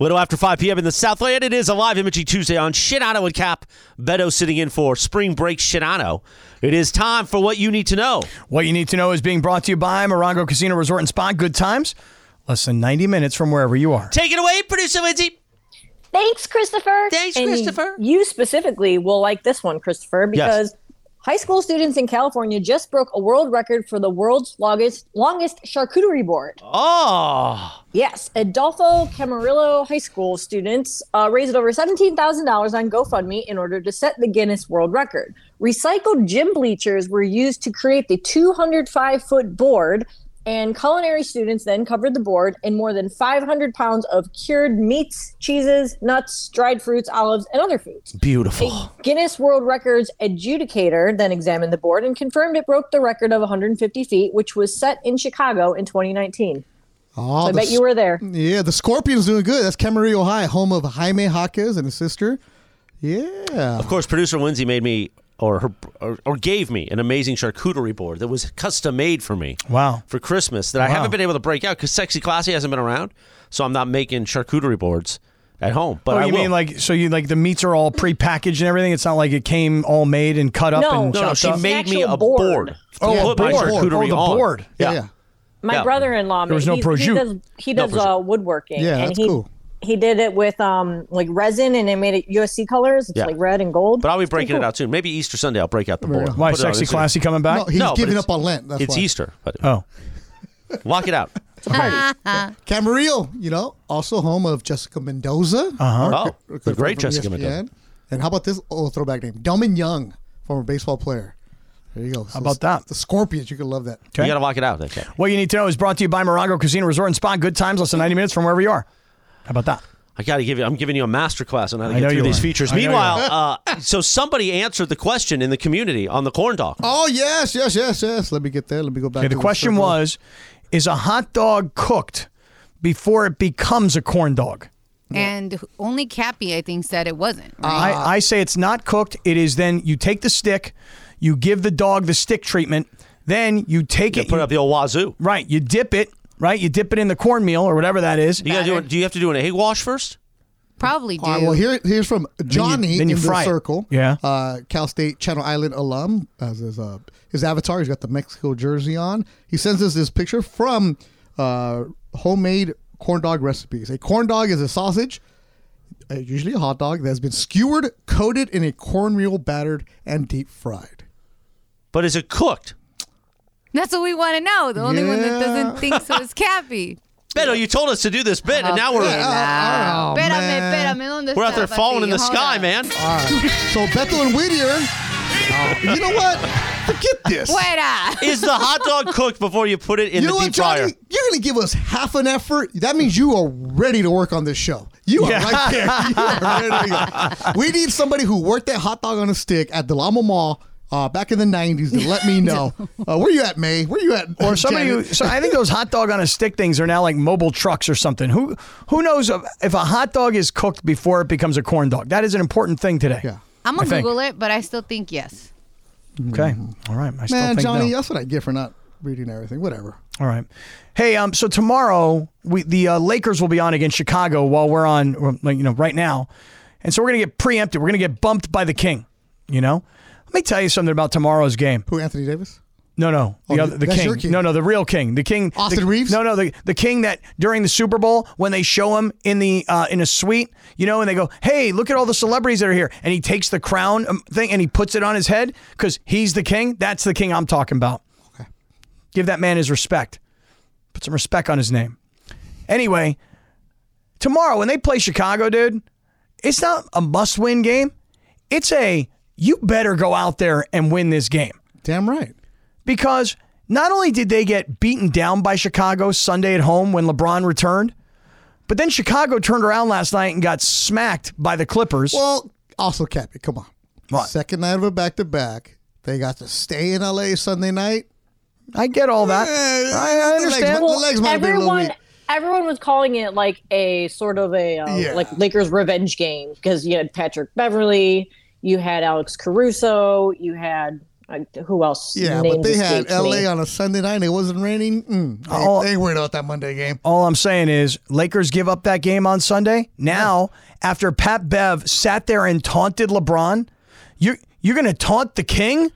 Little after 5 p.m. in the Southland, it is a live Imaging Tuesday on Shinano and Cap. Beto sitting in for Spring Break Shinano. It is time for what you need to know. What you need to know is being brought to you by Morongo Casino Resort and Spa. Good times less than 90 minutes from wherever you are. Take it away, producer Lindsay. Thanks, Christopher. Thanks, and Christopher. You specifically will like this one, Christopher, because yes. high school students in California just broke a world record for the world's longest longest charcuterie board. Oh. Yes, Adolfo Camarillo High School students uh, raised over $17,000 on GoFundMe in order to set the Guinness World Record. Recycled gym bleachers were used to create the 205 foot board and culinary students then covered the board in more than 500 pounds of cured meats, cheeses, nuts, dried fruits, olives, and other foods. Beautiful. A Guinness World Records adjudicator then examined the board and confirmed it broke the record of 150 feet, which was set in Chicago in 2019. Oh, so I bet you were there. Yeah, the Scorpions doing good. That's Camarillo High, home of Jaime Jaquez and his sister. Yeah. Of course, producer Lindsay made me or, her, or, or gave me an amazing charcuterie board that was custom made for me. Wow. For Christmas that I Wow. haven't been able to break out because Sexy Classy hasn't been around, so I'm not making charcuterie boards at home. But oh, I you will. mean like so you like the meats are all prepackaged and everything? It's not like it came all made and cut up No. and no, no, chopped she up? made me Actual a board. board. Oh, to a put my board. Oh, charcuterie the on. board. Yeah. yeah. My Yeah. brother-in-law, was man, no he, he prosciutto. does he does prosciutto. uh, woodworking. Yeah, and that's he, cool. He did it with um like resin, and it made it USC colors. It's Yeah. like red and gold. But I'll be It's pretty breaking it cool. out soon. Maybe Easter Sunday I'll break out the board. Why, Put it on sexy Instagram. classy coming back? No, he's No, but giving it's- up on Lent. That's It's why. Easter. But Oh. lock it out. Camarillo, you know, also home of Jessica Mendoza. Uh-huh. Oh, Our- the great from E Jessica ESPN. Mendoza. And how about this old throwback name? Delman Young, former baseball player. There you go. how about that? The Scorpions. You could love that. You got to lock it out. Okay. What you need to know is brought to you by Morongo Casino Resort and Spa. Good times, less than 90 minutes from wherever you are. How about that? I got to give you. I'm giving you a master class on how to I get know through you these are. features. I know you Meanwhile, uh, so somebody answered the question in the community on the corn dog. Oh, yes, yes, yes, yes. Let me get there. Let me go back Okay, to the question circle. was Is a hot dog cooked before it becomes a corn dog? And only Cappy, I think, said it wasn't. Uh, right? I, I say it's not cooked. It is then you take the stick, you give the dog the stick treatment, then you take You it. put up the old wazoo. right. You dip it, right? You dip it in the cornmeal or whatever that is. You got to do. it- Do you have to do an egg wash first? Probably do. All right, well, here, here's from Johnny then you in fry the it. circle. Yeah. Uh, Cal State Channel Island alum as his uh, his avatar. He's got the Mexico jersey on. He sends us this picture from uh, homemade corn dog recipes. A corn dog is a sausage, uh, usually a hot dog, that has been skewered, coated in a cornmeal, battered, and deep fried. But is it cooked? That's what we want to know. The only one that Yeah. doesn't think so is Cappy. Beto, oh, you told us to do this bit, and now we're Oh, Espérame, man. espérame, ¿dónde we're out there está, falling papi? in the Hold sky, on. man. So Bethel and Whittier. you know what? Forget this. Fuera. Is the hot dog cooked before you put it in the you know deep what, Johnny? fryer? You're gonna give us half an effort. That means you are ready to work on this show. You are right there. You are ready to go. We need somebody who worked that hot dog on a stick at Delamo Mall uh, back in the '90s to let me know uh, where you at, May. Where you at? or somebody who, Janet? so I think those hot dog on a stick things are now like mobile trucks or something. Who who knows if if a hot dog is cooked before it becomes a corn dog? That is an important thing today. Yeah. I'm I going to think. Google it, but I still think yes. Okay. All right. I still Man, think Johnny, no. that's what I get for not reading everything. Whatever. All right. Hey, um, so tomorrow we the uh, Lakers will be on against Chicago while we're on, or, like, you know, right now, and so we're gonna get preempted. We're gonna get bumped by the King. You know, let me tell you something about tomorrow's game. Who? Anthony Davis? No, no, the Oh, other, the that's king. your king. No, no, the real king. The king. the- Austin Reeves? No, no, the, the king that during the Super Bowl when they show him in the uh, in a suite, you know, and they go, "Hey, look at all the celebrities that are here," and he takes the crown um, thing and he puts it on his head because he's the king. That's the king I'm talking about. Give that man his respect. Put some respect on his name. Anyway, tomorrow when they play Chicago, dude, it's not a must-win game. It's a you better go out there and win this game Damn right. because not only did they get beaten down by Chicago Sunday at home when LeBron returned, But then Chicago turned around last night and got smacked by the Clippers. Well, also Cappy, come on. What? Second night of a back to back. They got to stay in LA Sunday night. Eh, I get all that. I, I the legs understand. might- the legs might be a little everyone weak. everyone was calling it like a sort of a uh, Yeah. like Lakers revenge game because you had Patrick Beverly, you had Alex Caruso, you had uh, who else? Yeah, Name but they had escapes me. LA on a Sunday night. It wasn't raining. Mm, they, Oh. they worried about that Monday game. All I'm saying is Lakers give up that game on Sunday. Now, after Pat Bev sat there and taunted LeBron, you you're gonna taunt the king?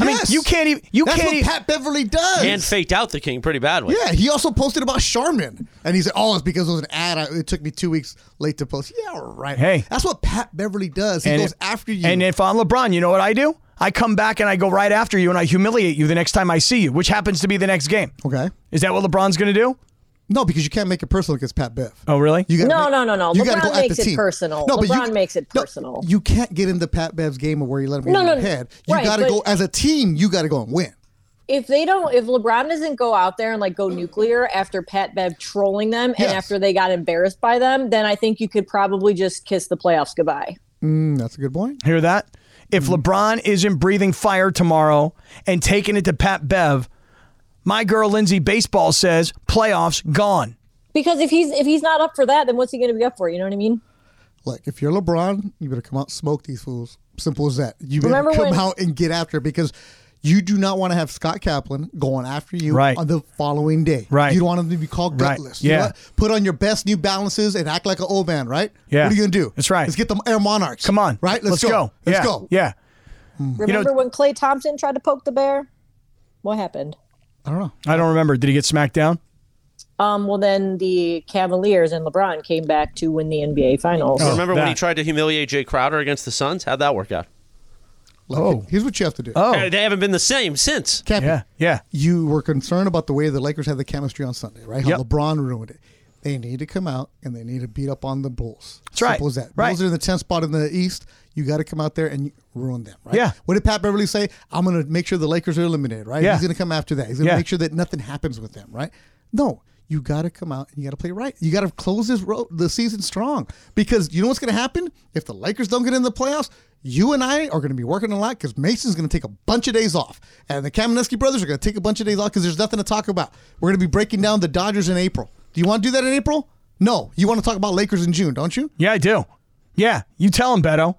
I mean, Yes. you can't even you That's can't what even Pat Beverly does. and faked out the king pretty badly. yeah, he also posted about Charmin, and he said, "Oh, it's because it was an ad. I, it took me two weeks late to post." Yeah, right. Hey. that's what Pat Beverly does. He And goes if- after you. And if I'm LeBron, you know what I do? I come back and I go right after you and I humiliate you the next time I see you, which happens to be the next game. okay, Is that what LeBron's going to do? no, because you can't make it personal against Pat Bev. Oh, really? You gotta No, no, no, no. you gotta LeBron go at makes the it team. personal. LeBron makes it no, personal. you can't get into Pat Bev's game of where you let him get No, in no, your no. head. You Right, gotta but- go as a team. You gotta go and win. if they don't if LeBron doesn't go out there and like go nuclear after Pat Bev trolling them Yes. and after they got embarrassed by them, then I think you could probably just kiss the playoffs goodbye. Mm, that's a good point. Hear that? If Hmm. LeBron isn't breathing fire tomorrow and taking it to Pat Bev, my girl Lindsay Baseball says playoffs gone. Because if he's if he's not up for that, then what's he going to be up for? You know what I mean? Like if you're LeBron, you better come out and smoke these fools. Simple as that. You better Remember come when- out and get after it because you do not want to have Scott Kaplan going after you Right. on the following day. Right. You don't want him to be called Right. gutless. You know Yeah. what? Put on your best New Balances and act like an old man. Right. Yeah. What are you gonna do? That's right. Let's get the Air Monarchs. Come on. Right. Let's, Let's yeah. go. Yeah. Hmm. Remember when Clay Thompson tried to poke the bear? What happened? I don't know. I don't remember. Did he get smacked down? Um, well, then the Cavaliers and LeBron came back to win the NBA Finals. Remember when he Oh, that. tried to humiliate Jay Crowder against the Suns? How'd that work out? Look, Oh. Here's what you have to do. Oh. Uh, They haven't been the same since. Cappy, Yeah. Yeah. you were concerned about the way the Lakers had the chemistry on Sunday, right? How Yep. LeBron ruined it. They need to come out and they need to beat up on the Bulls. That's right. Simple as that. Right. Bulls are in the 10th spot in the East. You got to come out there and you ruin them, right? Yeah. What did Pat Beverly say? I'm going to make sure the Lakers are eliminated, right? Yeah. He's going to come after that. He's going to Yeah. make sure that nothing happens with them, right? No. You got to come out and you got to play right. You got to close this ro- the season strong because you know what's going to happen if the Lakers don't get in the playoffs. You and I are going to be working a lot because Mason's going to take a bunch of days off, and the Kamenetsky brothers are going to take a bunch of days off because there's nothing to talk about. We're going to be breaking down the Dodgers in April. Do you want to do that in April? No, you want to talk about Lakers in June, don't you? Yeah, I do. Yeah. You tell him, Beto.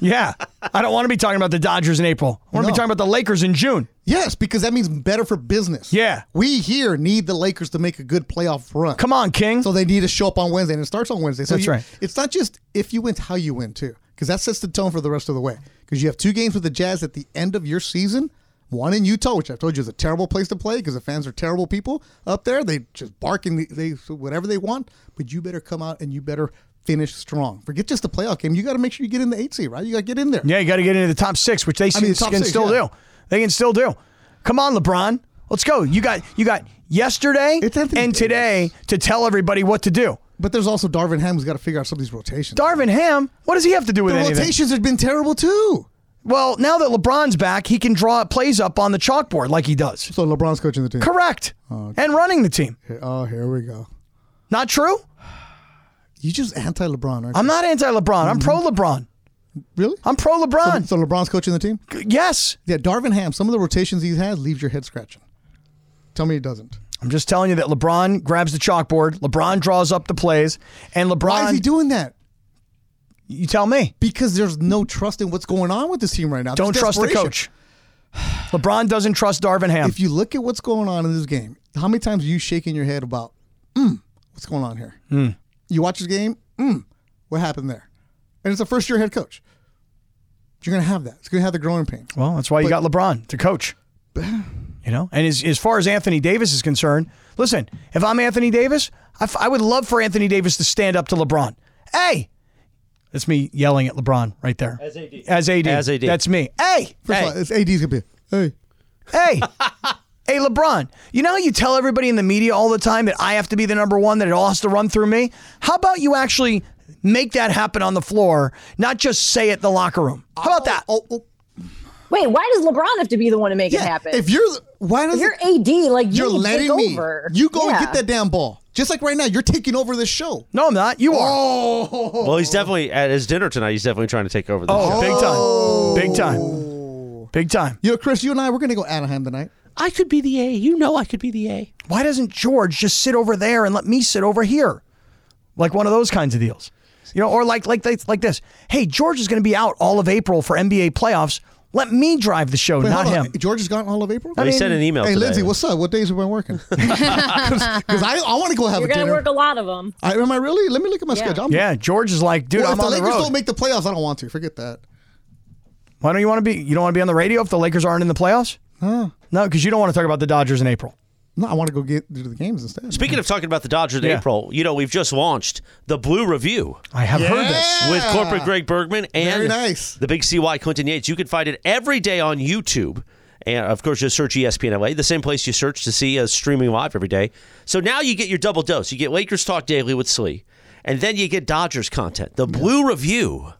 Yeah. I don't want to be talking about the Dodgers in April. I want to No. be talking about the Lakers in June. Yes, because that means better for business. Yeah. we here need the Lakers to make a good playoff run. Come on, King. So they need to show up on Wednesday, and it starts on Wednesday. So That's you- right. It's not just if you win, it's how you win too, because that sets the tone for the rest of the way. Because you have two games with the Jazz at the end of your season. One in Utah, which I've told you is a terrible place to play because the fans are terrible people up there. They just bark and they, they whatever they want. But you better come out and you better finish strong. Forget just the playoff game. You got to make sure you get in the eight seed, right? You got to get in there. Yeah, you got to get into the top six, which they I mean, can the top six, still yeah. do. They can still do. Come on, LeBron. Let's go. You got you got yesterday It's Anthony and Davis. today to tell everybody what to do. But there's also Darvin Ham who's got to figure out some of these rotations. Darvin Ham, what does he have to do with the anything? rotations have been terrible too. Well, now that LeBron's back, he can draw plays up on the chalkboard like he does. So LeBron's coaching the team. Correct. And running the team. Oh, here we go. Not true? You just anti LeBron, aren't you? I'm not anti LeBron. I'm pro LeBron. Really? I'm pro LeBron. So, so LeBron's coaching the team? yes. Yeah, Darvin Ham, some of the rotations he has leaves your head scratching. Tell me it doesn't. I'm just telling you that LeBron grabs the chalkboard, LeBron draws up the plays, and LeBron Why is he doing that? You tell me. Because there's no trust in what's going on with this team right now. Don't There's trust the desperation. coach. LeBron doesn't trust Darvin Ham. If you look at what's going on in this game, how many times are you shaking your head about, mm, what's going on here? Hmm. You watch this game, mm, what happened there? And it's a first year head coach. You're going to have that. It's going to have the growing pains. well, that's why you got LeBron to coach. You know, and as, as far as Anthony Davis is concerned, listen, if I'm Anthony Davis, I, f- I would love for Anthony Davis to stand up to LeBron. Hey, that's me yelling at LeBron right there. As AD. As AD. As AD. That's me. Hey, First hey, of all, it's AD's going to be, hey, hey, hey, LeBron. You know how you tell everybody in the media all the time that I have to be the number one, that it all has to run through me? How about you actually make that happen on the floor, not just say it in the locker room? How about that? oh, oh, Wait, why does LeBron have to be the one to make it happen? If you're why does If you're it- AD, like you you're need to letting take me over. you go and Yeah. get that damn ball. Just like right now, you're taking over this show. No, I'm not. You are. Oh, Well, he's definitely at his dinner tonight. He's definitely trying to take over the Oh, show. big time. Big time. Big time. you know, Chris, you and I, we're gonna go Anaheim tonight. I could be the A. You know, I could be the A. Why doesn't George just sit over there and let me sit over here? Like one of those kinds of deals. You know, or like like this- like this. Hey, George is going to be out all of April for NBA playoffs. Let me drive the show, Wait, Oh, not hold on. him. George is gone all of April. They sent an email. Hey today. Lindsay, what's up? What days have I been working? Because I, I want to go have You're a gonna dinner. work a lot of them. I, am I really? Let me look at my Yeah. schedule. I'm- Yeah, George is like, dude, Well, if I'm the on the Lakers road. don't make the playoffs, I don't want to. Forget that. Why don't you want to be? You don't want to be on the radio if the Lakers aren't in the playoffs? No, because you don't want to talk about the Dodgers in April. No, I want to go get do the games instead. Speaking of talking about the Dodgers in Yeah. April, you know, we've just launched the Blue Review. I have heard this. with corporate Greg Bergman and Very nice. the big CY Clinton Yates. You can find it every day on YouTube. And of course, just search E ESPN LA, the same place you search to see us streaming live every day. So now you get your double dose. You get Lakers Talk Daily with Slee, and then you get Dodgers content, the Blue Review.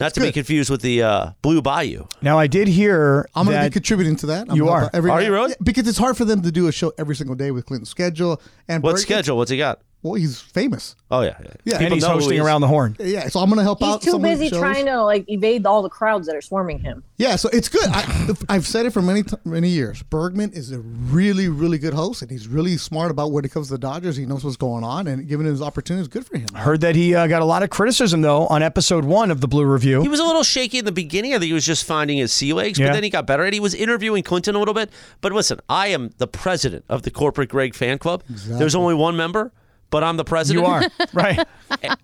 Not to be confused with the uh, Blue Bayou. Now I did hear I'm going to that be contributing to that. I'm You gonna- are. Every Are you really? Yeah, because it's hard for them to do a show every single day with Clinton's schedule and What Berg- schedule? What's he got? Well, he's famous. Oh yeah, Yeah, and People he's know who hosting he is. around the horn. Yeah, so I'm going to help He's out. too some of the busy shows. trying to like evade all the crowds that are swarming him. Yeah, so it's good. I, I've said it for many t- many years. Bergman is a really really good host, and he's really smart about when it comes to the Dodgers. He knows what's going on, and giving him his opportunities, good for him. Heard that he uh, got a lot of criticism though on episode one of the Blue Review. He was a little shaky in the beginning. I think he was just finding his sea legs, but Yeah. then he got better. And he was interviewing Clinton a little bit. But listen, I am the president of the Corporate Greg fan club. There's only one member, but I'm the president. you are right.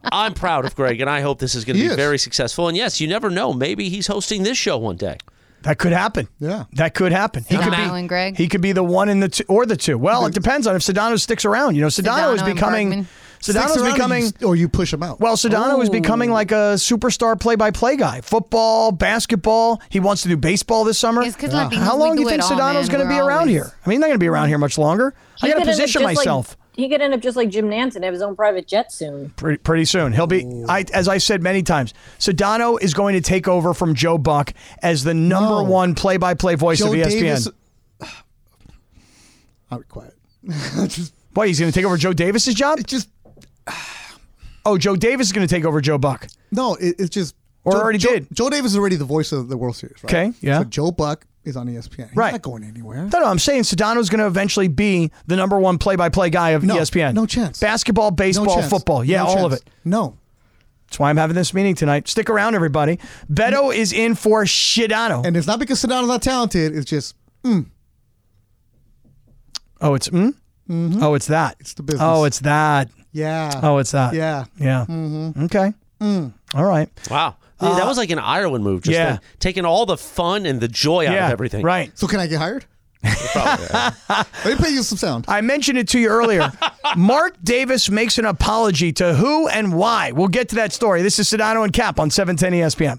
I'm proud of Greg, and I hope this is going to He be is. very successful. And yes, you never know. Maybe he's hosting this show one day. That could happen. Yeah. that could happen. He Sedano could and Greg. He could be the one in the two or the two. Well, it depends on if Sedano sticks around. You know, Sedano, is Sedano and becoming. Bergman. Sedano's Sticks around, becoming. you s- or you push him out. Well, Sedano is becoming like a superstar play-by-play guy. Football, basketball. He wants to do baseball this summer. It's 'cause Yeah. Latinos, How we long do you do think it all, man. Sedano's going to be We're around always- here? I mean, he's not going to be around here much longer. I He could got end to up position just like- myself. he could end up just like Jim Nance and have his own private jet soon. pretty, pretty soon. He'll be, I, as I said many times, Sedano is going to take over from Joe Buck as the number one play-by-play voice Joe of E ESPN. Davis. I'll be quiet. just What, he's going to take over Joe Davis's job? it just Oh, Joe Davis is going to take over Joe Buck. no, it, it's just Or already Joe, did. Joe Davis is already the voice of the World Series, right? Okay, yeah. So Joe Buck is on E ESPN. He's Right. not going anywhere. No, no, I'm saying Sedano's going to eventually be the number one play-by-play guy of No, ESPN. no chance. Basketball, No baseball, chance. football. Yeah, No all of chance. it. No. That's why I'm having this meeting tonight. Stick around, everybody. Beto is in for Sedano. And it's not because Sedano's not talented. It's just oh, it's, mm? Oh, it's Ah, that. It's the business. Oh, it's that. yeah. Oh, it's that. yeah. Yeah. Mm-hmm. Okay. Mm. All right. Wow. that was like an Ireland move. Just Uh, yeah. like taking all the fun and the joy out yeah. of everything. Right. So can I get hired? Let me play you some sound. I mentioned it to you earlier. Mark Davis makes an apology to who and why. We'll get to that story. This is Sedano and Cap on E 710 ESPN.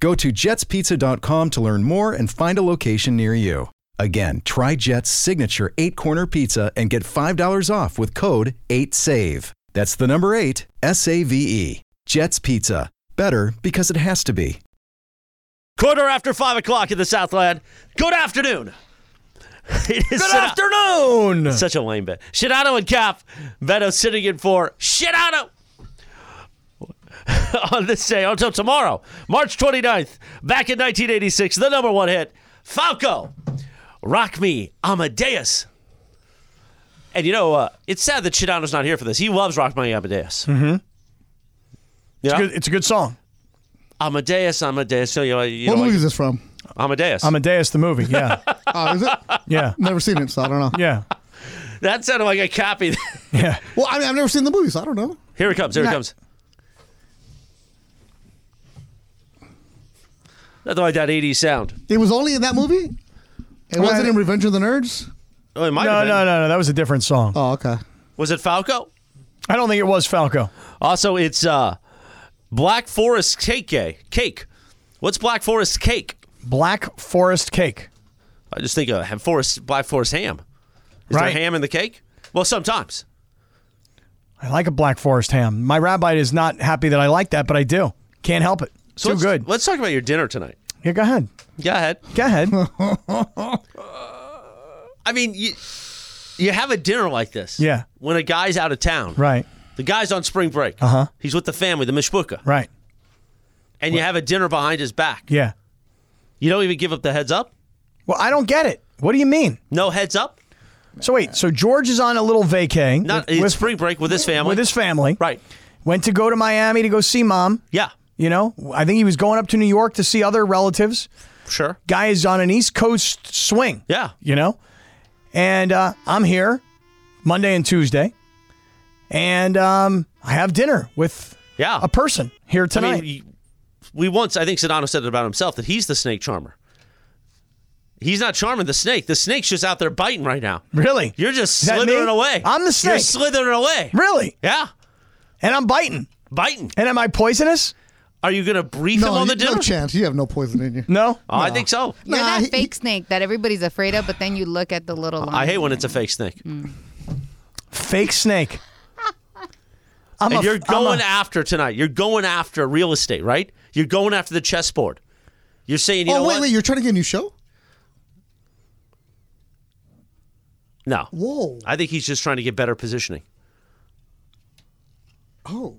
Go to jetspizza.com to learn more and find a location near you. Again, try Jet's signature eight corner pizza and get $5 off with code 8SAVE. That's the number eight, S A V E. Jet's Pizza. Better because it has to be. Quarter after five o'clock in the Southland. Good afternoon. It is Good Sedano- afternoon. Such a lame bit. Shinato and Cap. Beto sitting in for Shinato. on this day, until tomorrow, March 29th, back in 1986, the number one hit, Falco. Rock me, Amadeus. And you know, uh, it's sad that Chidano's not here for this. He loves Rock My Amadeus. Mm-hmm. Yeah? It's, a good song. Amadeus, Amadeus. So, you know, you what know, movie like- is this from? Amadeus. Amadeus the movie. Yeah. Oh, is it? Yeah. Never seen it, so I don't know. Yeah. that sounded like a copy. Yeah. Well, I mean, I've never seen the movie, so I don't know. here it comes. Here it Nah. comes. Nothing like that 80s sound. It was only in that movie. It Well, wasn't I- in Revenge of the Nerds. Oh, it might have No, been. no, no, no. That was a different song. Oh, okay. Was it Falco? I don't think it was Falco. Also, it's uh, Black Forest Cake Day. Cake. What's Black Forest Cake? Black Forest Cake. I just think of ham- forest, Black Forest ham. Is Right. there ham in the cake? Well, sometimes. I like a Black Forest ham. My rabbi is not happy that I like that, but I do. Can't help it. So Too let's, good. Let's talk about your dinner tonight. Yeah, go ahead. Go ahead. Go ahead. I mean, you, you have a dinner like this. Yeah. When a guy's out of town. right. The guy's on spring break. Uh huh. He's with the family, the mishpucha. Right. And you have a dinner behind his back. Yeah. You don't even give up the heads up? Well, I don't get it. What do you mean? No heads up? So wait. So George is on a little vacay Not with, it's with- spring break with his family. with his family. Right. Went to go to Miami to go see mom. Yeah. You know, I think he was going up to New York to see other relatives. Sure. Guy is on an East Coast swing. Yeah. you know? And uh, I'm here Monday and Tuesday, and um, I have dinner with Yeah. a person here I tonight. mean, you- we once, I think Sedano said it about himself, that he's the snake charmer. He's not charming the snake. The snake's just out there biting right now. really? You're just Is that me? slithering away. I'm the You're snake. slithering away. really? Yeah. And I'm biting. Biting. And am I poisonous? Are you going to brief No, him on the you- dinner? no chance. You have no poison in you. No. Oh, I think so. You're Nah, that he- fake snake that everybody's afraid of, but then you look at the little. Line. I hate when it's a fake snake. Fake snake. I'm and a- you're I'm going a- after tonight. You're going after real estate, right? You're going after the chessboard. You're saying, you oh know wait, what? wait. You're trying to get a new show? no. Whoa. I think he's just trying to get better positioning. Oh.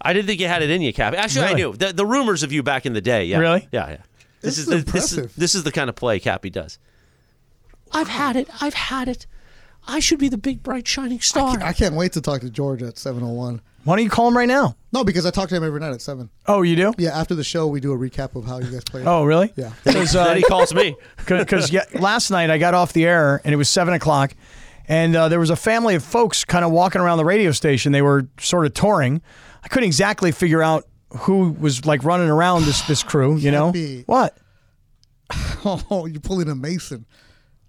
I didn't think you had it in you, Cap. Actually, I Really? knew. The, the rumors of you back in the day. Yeah. Really? Yeah, yeah. This is the, this is impressive. this is the kind of play Cappy does. I've had it. I've had it. I should be the big bright shining star. I can't wait to talk to George at 7:01. Why don't you call him right now? No, because I talk to him every night at seven. Oh, you do? Yeah, after the show, we do a recap of how you guys played. Oh, really? Yeah. Because then he calls me. because yeah, last night I got off the air and it was seven o'clock, and uh, there was a family of folks kind of walking around the radio station. They were sort of touring. I couldn't exactly figure out who was like running around this this crew. You know Cappy. what? Oh, you're pulling a Mason.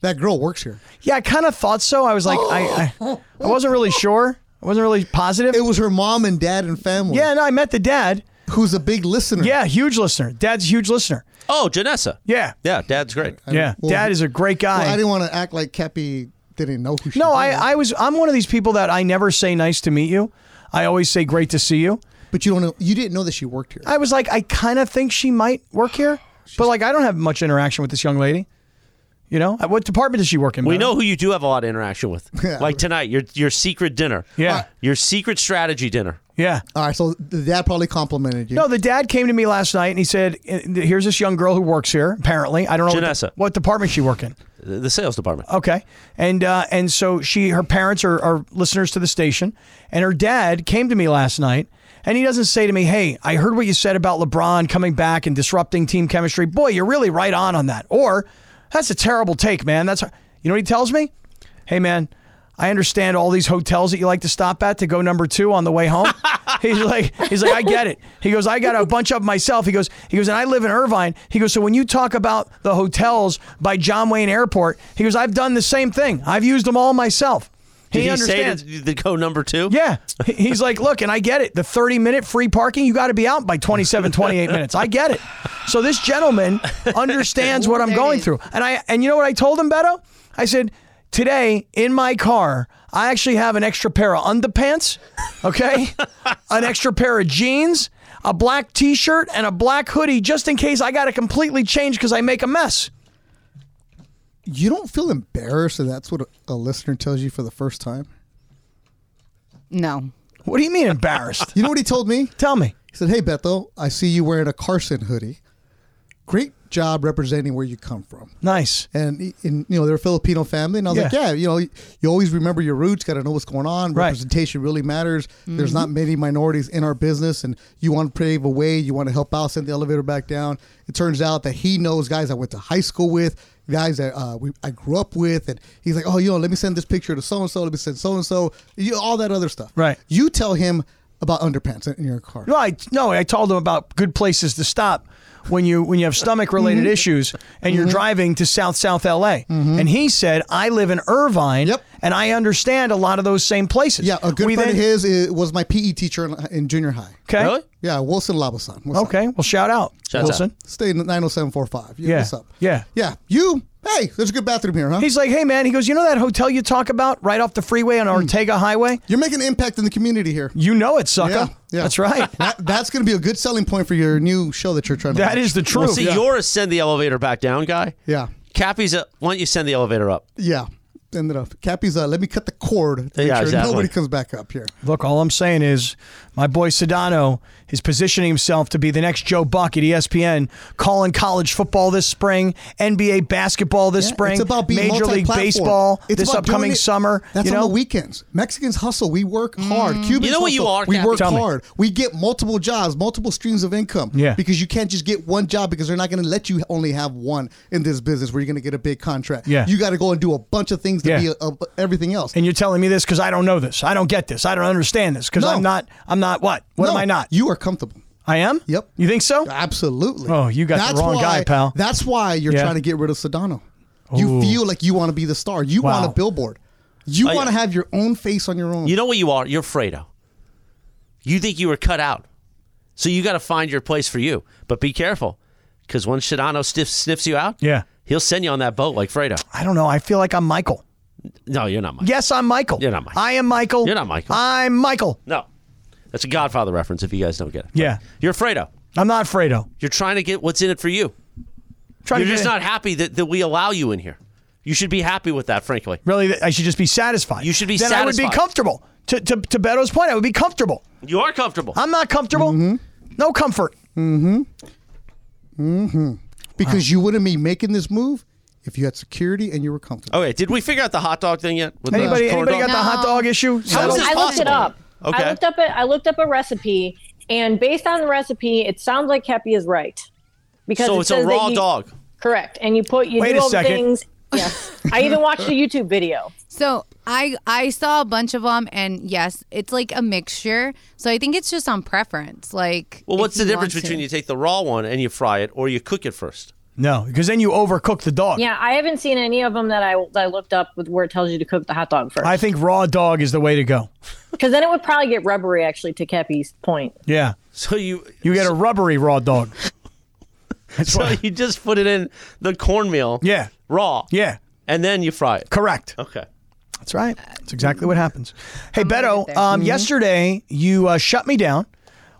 That girl works here. Yeah, I kind of thought so. I was like, I, I I wasn't really sure. I wasn't really positive. It was her mom and dad and family. yeah, no, I met the dad. Who's a big listener. Yeah, huge listener. Dad's a huge listener. Oh, Janessa. Yeah, Yeah, Dad's great. yeah. Well, Dad is a great guy. Well, I didn't want to act like Cappy didn't know who she no, was. I, I was. I'm one of these people that I never say nice to meet you. I always say great to see you. But you don't know. You didn't know that she worked here. I was like, I kind of think she might work here, but like, I don't have much interaction with this young lady. You know, At what department does she work in? We Mel? know who you do have a lot of interaction with. Yeah. Like tonight, your your secret dinner. Yeah. Your secret strategy dinner. Yeah. All right, so the dad probably complimented you. No, the dad came to me last night and he said, "Uh, "Here's this young girl who works here. Apparently, I don't know what, Janessa. de- what department she work in." The the sales department. Okay, and uh, and so she, her parents are, are listeners to the station, and her dad came to me last night, and he doesn't say to me, "Hey, I heard what you said about LeBron coming back and disrupting team chemistry. Boy, you're really right on on that." Or, "That's a terrible take, man. That's you know what he tells me." Hey, man. I understand all these hotels that you like to stop at to go number two on the way home. he's like, he's like, I get it. He goes, I got a bunch of 'em myself. He goes, he goes, and I live in Irvine. He goes, so when you talk about the hotels by John Wayne Airport, he goes, I've done the same thing. I've used them all myself. Did he, understands. say the go number two? Yeah. He- He's like, look, and I get it. The 30 minute free parking, you got to be out by 27, 28 minutes. I get it. So this gentleman understands what I'm There it going is. through. And I and you know what I told him, Beto? I said, today in my car, I actually have an extra pair of underpants, okay? an extra pair of jeans, a black t shirt, and a black hoodie just in case I got to completely change because I make a mess. You don't feel embarrassed that that's what a, a listener tells you for the first time. No. What do you mean embarrassed? You know what he told me? Tell me. He said, "Hey, Beto, I see you wearing a Carson hoodie. great job representing where you come from. Nice. And, and you know, they're a Filipino family. And I was like, Yeah. yeah, you know, you always remember your roots, got to know what's going on. Right. Representation really matters. There's Mhm. not many minorities in our business, and you want to pave a way, you want to help out, send the elevator back down. It turns out that he knows guys I went to high school with. Guys that uh, we, I grew up with, and he's like, "Oh, you know, let me send this picture to so and so. Let me send so and so. All that other stuff." Right. You tell him about underpants in your car. No, I no, I told him about good places to stop when you when you have stomach related Mhm. issues and you're Mhm. driving to South South LA. Mm-hmm. And he said, "I live in Irvine, and I understand a lot of those same places." Yeah, A good friend of his is, was my PE teacher in, in junior high. Okay. Really? Yeah, Wilson Labasan. Okay. Well, shout out, Shouts Wilson. out. Stay oh in 90745. Yeah. Yeah. What's up? Yeah. Yeah. You, hey, there's a good bathroom here, huh? He's like, "Hey, man," he goes, "You know that hotel you talk about right off the freeway Hmm. on Ortega Highway? You're making an impact in the community here. You know it, sucker. Yeah, yeah. That's right. That, that's going to be a good selling point for your new show that you're trying to That launch. is the Well, see, you're a send the elevator back down guy. Yeah. Cappy's a why don't you send the elevator up? Yeah. Ended up. Cappy's, uh, let me cut the cord. to make Yeah, sure exactly. Nobody comes back up here. Look, all I'm saying is my boy Sedano is positioning himself to be the next Joe Buck at E ESPN, calling college football this spring, NBA basketball this Yeah, spring, it's about being Major League multi-platform. Baseball It's this about upcoming doing it- summer. That's you know? Mm. on the weekends. Mexicans hustle. We work hard. Cubans You know what you hustle. are, We Cap? work Tell me. hard. We get multiple jobs, multiple streams of income. Yeah. Because you can't just get one job because they're not going to let you only have one in this business where you're going to get a big contract. Yeah. You got to go and do a bunch of things to Yeah. be a, a- everything else. And you're telling me this because I don't know this. I don't get this. I don't understand this because No. I'm not. I'm not what? What am No, I not? You are comfortable. I am. Yep. You think so? Absolutely. Oh, you got the wrong why, guy, pal. That's why you're Yeah. trying to get rid of Sedano. You Ooh. feel like you want to be the star. You Wow. want a billboard. You Oh, yeah. want to have your own face on your own. You know what you are? You're Fredo. You think you were cut out. So you got to find your place for you. But be careful because when Shadano sniffs, sniffs you out, Yeah. he'll send you on that boat like Fredo. I don't know. I feel like I'm Michael. No, you're not Michael. Yes, I'm Michael. You're not Michael. I am Michael. You're not Michael. I'm Michael. No. That's a Godfather reference if you guys don't get it. Yeah. You're Fredo. I'm not Fredo. You're trying to get what's in it for you. Trying to you're get just in- not happy that, that we allow you in here. You should be happy with that, frankly. Really, th- I should just be satisfied. You should be then I would be satisfied. comfortable. To, to, to Beto's point, I would be comfortable. You are comfortable. I'm not comfortable. No comfort. Mm-hmm. Mm-hmm. Because you wouldn't be making this move if you had security and you were comfortable. Okay, did we figure out the hot dog thing yet? the Anybody- corn anybody dog? got the hot dog issue? How I is this looked it possible? up. Okay. I looked up a, I looked up a recipe, and based on the recipe, it sounds like Cappy is right because So it it's a says that raw you- dog. Correct, and you put you Wait do a all the second. things. Yes, I even watched a YouTube video. So I I saw a bunch of them, and yes, it's like a mixture. So I think it's just on preference. Like, Well, if what's the you difference want to. between you take the raw one and you fry it, or you cook it first? No, because then you overcook the dog. Yeah, I haven't seen any of them that I that I looked up with where it tells you to cook the hot dog first, I think raw dog is the way to go. because then it would probably get rubbery. Actually, to Cappy's point, Yeah. So you you get a rubbery raw dog. That's so why- you just put it in the cornmeal, Yeah. raw, yeah, and then you fry it. Correct. Okay. That's right. That's exactly what happens. Hey, Beto, there. um, Mm-hmm. Mhm. yesterday you uh, shut me down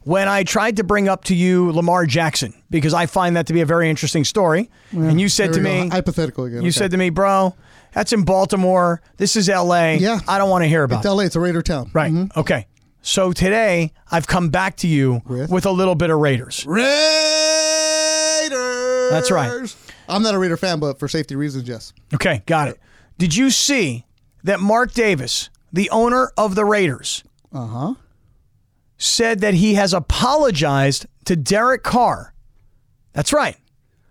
when I tried to bring up to you Lamar Jackson because I find that to be a very interesting story. and you said to There we go. me, hypothetical again. You said to me, bro, that's in Baltimore. This is LA. Yeah. I don't want to hear about it's it. LA, it's a Raider town. Mm-hmm. Right. Okay. So today I've come back to you with, a little bit of Raiders. Raiders. That's right. I'm not a Raider fan, but for safety reasons, yes. Okay. Got it. Did you see that Mark Davis, the owner of the Raiders, Uh huh. Uh-huh. said that he has apologized to Derek Carr? That's right.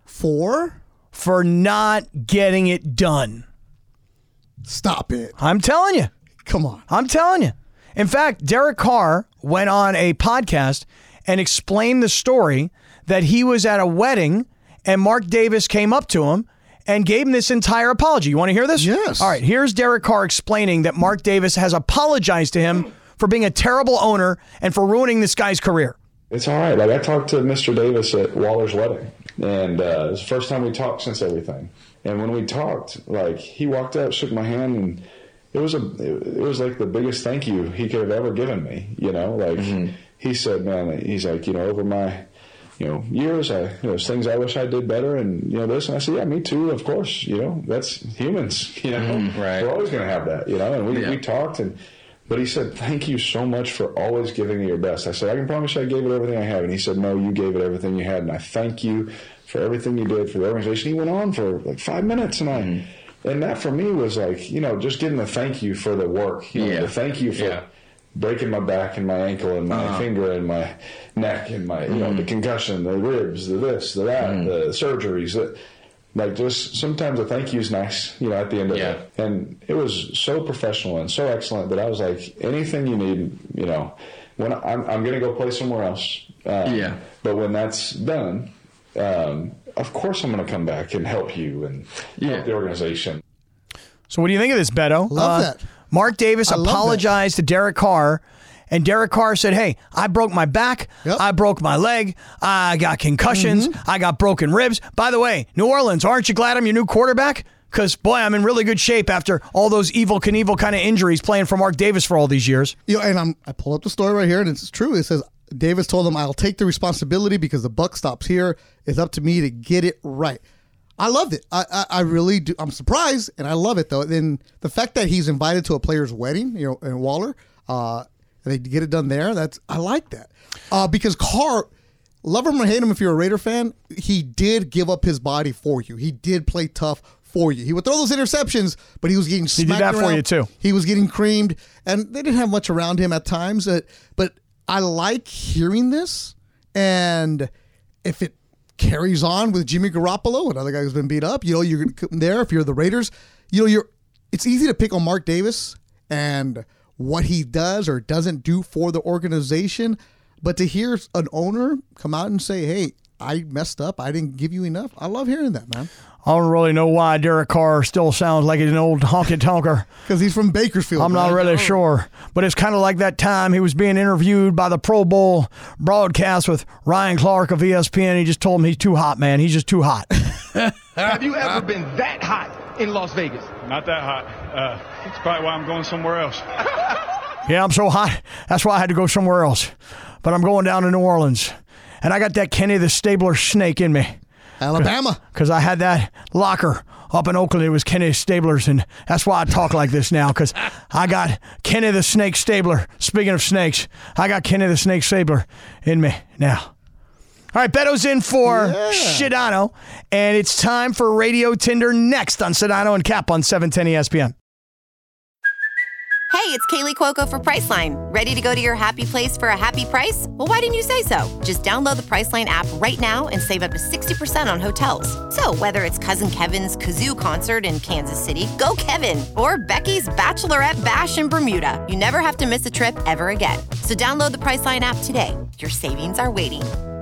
For? For not getting it done. Stop it. I'm telling you. Come on. I'm telling you. In fact, Derek Carr went on a podcast and explained the story that he was at a wedding and Mark Davis came up to him and gave him this entire apology. You want to hear this? Yes. All right, here's Derek Carr explaining that Mark Davis has apologized to him for being a terrible owner and for ruining this guy's career. It's all right. Like I talked to Mr. Davis at Waller's wedding, and uh, it was the first time we talked since everything. And when we talked, like he walked up, shook my hand, and it was a it was like the biggest thank you he could have ever given me. You know, like he said, man, he's like, you know, over my you know years, I you know, there's things I wish I did better, and you know this. And I said, yeah, me too, of course. You know, that's humans. You know, right. we're always going to have that. You know, and we, we talked and But he said, Thank you so much for always giving me your best. I said, I can promise you I gave it everything I have. And he said, No, you gave it everything you had. And I thank you for everything you did for the organization. He went on for like five minutes. And I, Mm-hmm. and that for me was like, you know, just getting the thank you for the work. You know, Yeah. The thank you for Yeah. breaking my back and my ankle and my Uh-huh. Mm-hmm. finger and my neck and my, you know, the concussion, the ribs, the this, the that, the surgeries. The, like just sometimes a thank you is nice, you know, at the end of it. And it was so professional and so excellent that I was like, anything you need, you know, when I, I'm, I'm going to go play somewhere else. Um, Yeah. But when that's done, um, of course I'm going to come back and help you and help the organization. So what do you think of this, Beto? Love that. Mark Davis apologized to Derek Carr, and Derek Carr said, "Hey, I broke my back. I broke my leg. I got concussions. I got broken ribs. By the way, New Orleans, aren't you glad I'm your new quarterback? Because boy, I'm in really good shape after all those evil Knievel kind of injuries playing for Mark Davis for all these years." You know, and I'm I pull up the story right here, and it's true. It says Davis told him, "I'll take the responsibility because the buck stops here. It's up to me to get it right." I loved it. I, I, I really do. I'm surprised, and I love it though. And the fact that he's invited to a player's wedding, you know, in Waller, uh, and they get it done there. That's I like that uh, because Carr, love him or hate him, if you're a Raider fan, he did give up his body for you. He did play tough for you. He would throw those interceptions, but he was getting did smacked that for around. you, too. He was getting creamed, and they didn't have much around him at times. uh, but I like hearing this, and if it carries on with Jimmy Garoppolo, another guy who's been beat up, you know, you're gonna come there if you're the Raiders. You know, you're. It's easy to pick on Mark Davis and what he does or doesn't do for the organization, but to hear an owner come out and say, "Hey, I messed up. I didn't give you enough." I love hearing that, man. I don't really know why Derek Carr still sounds like an old honky tonker. Because he's from Bakersfield. I'm not man. really sure. But it's kind of like that time he was being interviewed by the Pro Bowl broadcast with Ryan Clark of E ESPN. He just told him he's too hot, man. He's just too hot. Have you ever been that hot in Las Vegas? Not that hot. Uh, it's probably why I'm going somewhere else. yeah, I'm so hot. That's why I had to go somewhere else. But I'm going down to New Orleans. And I got that Kenny the Stabler snake in me. Alabama. Because I had that locker up in Oakland. It was Kenny Stabler's. And that's why I talk like this now because I got Kenny the Snake Stabler. Speaking of snakes, I got Kenny the Snake Stabler in me now. All right, Beto's in for Shidano, and it's time for Radio Tinder next on Sedano and Cap on E 710 ESPN. Hey, it's Kaylee Cuoco for Priceline. Ready to go to your happy place for a happy price? Well, why didn't you say so? Just download the Priceline app right now and save up to 60% on hotels. So, whether it's Cousin Kevin's Kazoo concert in Kansas City, go Kevin, or Becky's Bachelorette Bash in Bermuda, you never have to miss a trip ever again. So, download the Priceline app today. Your savings are waiting.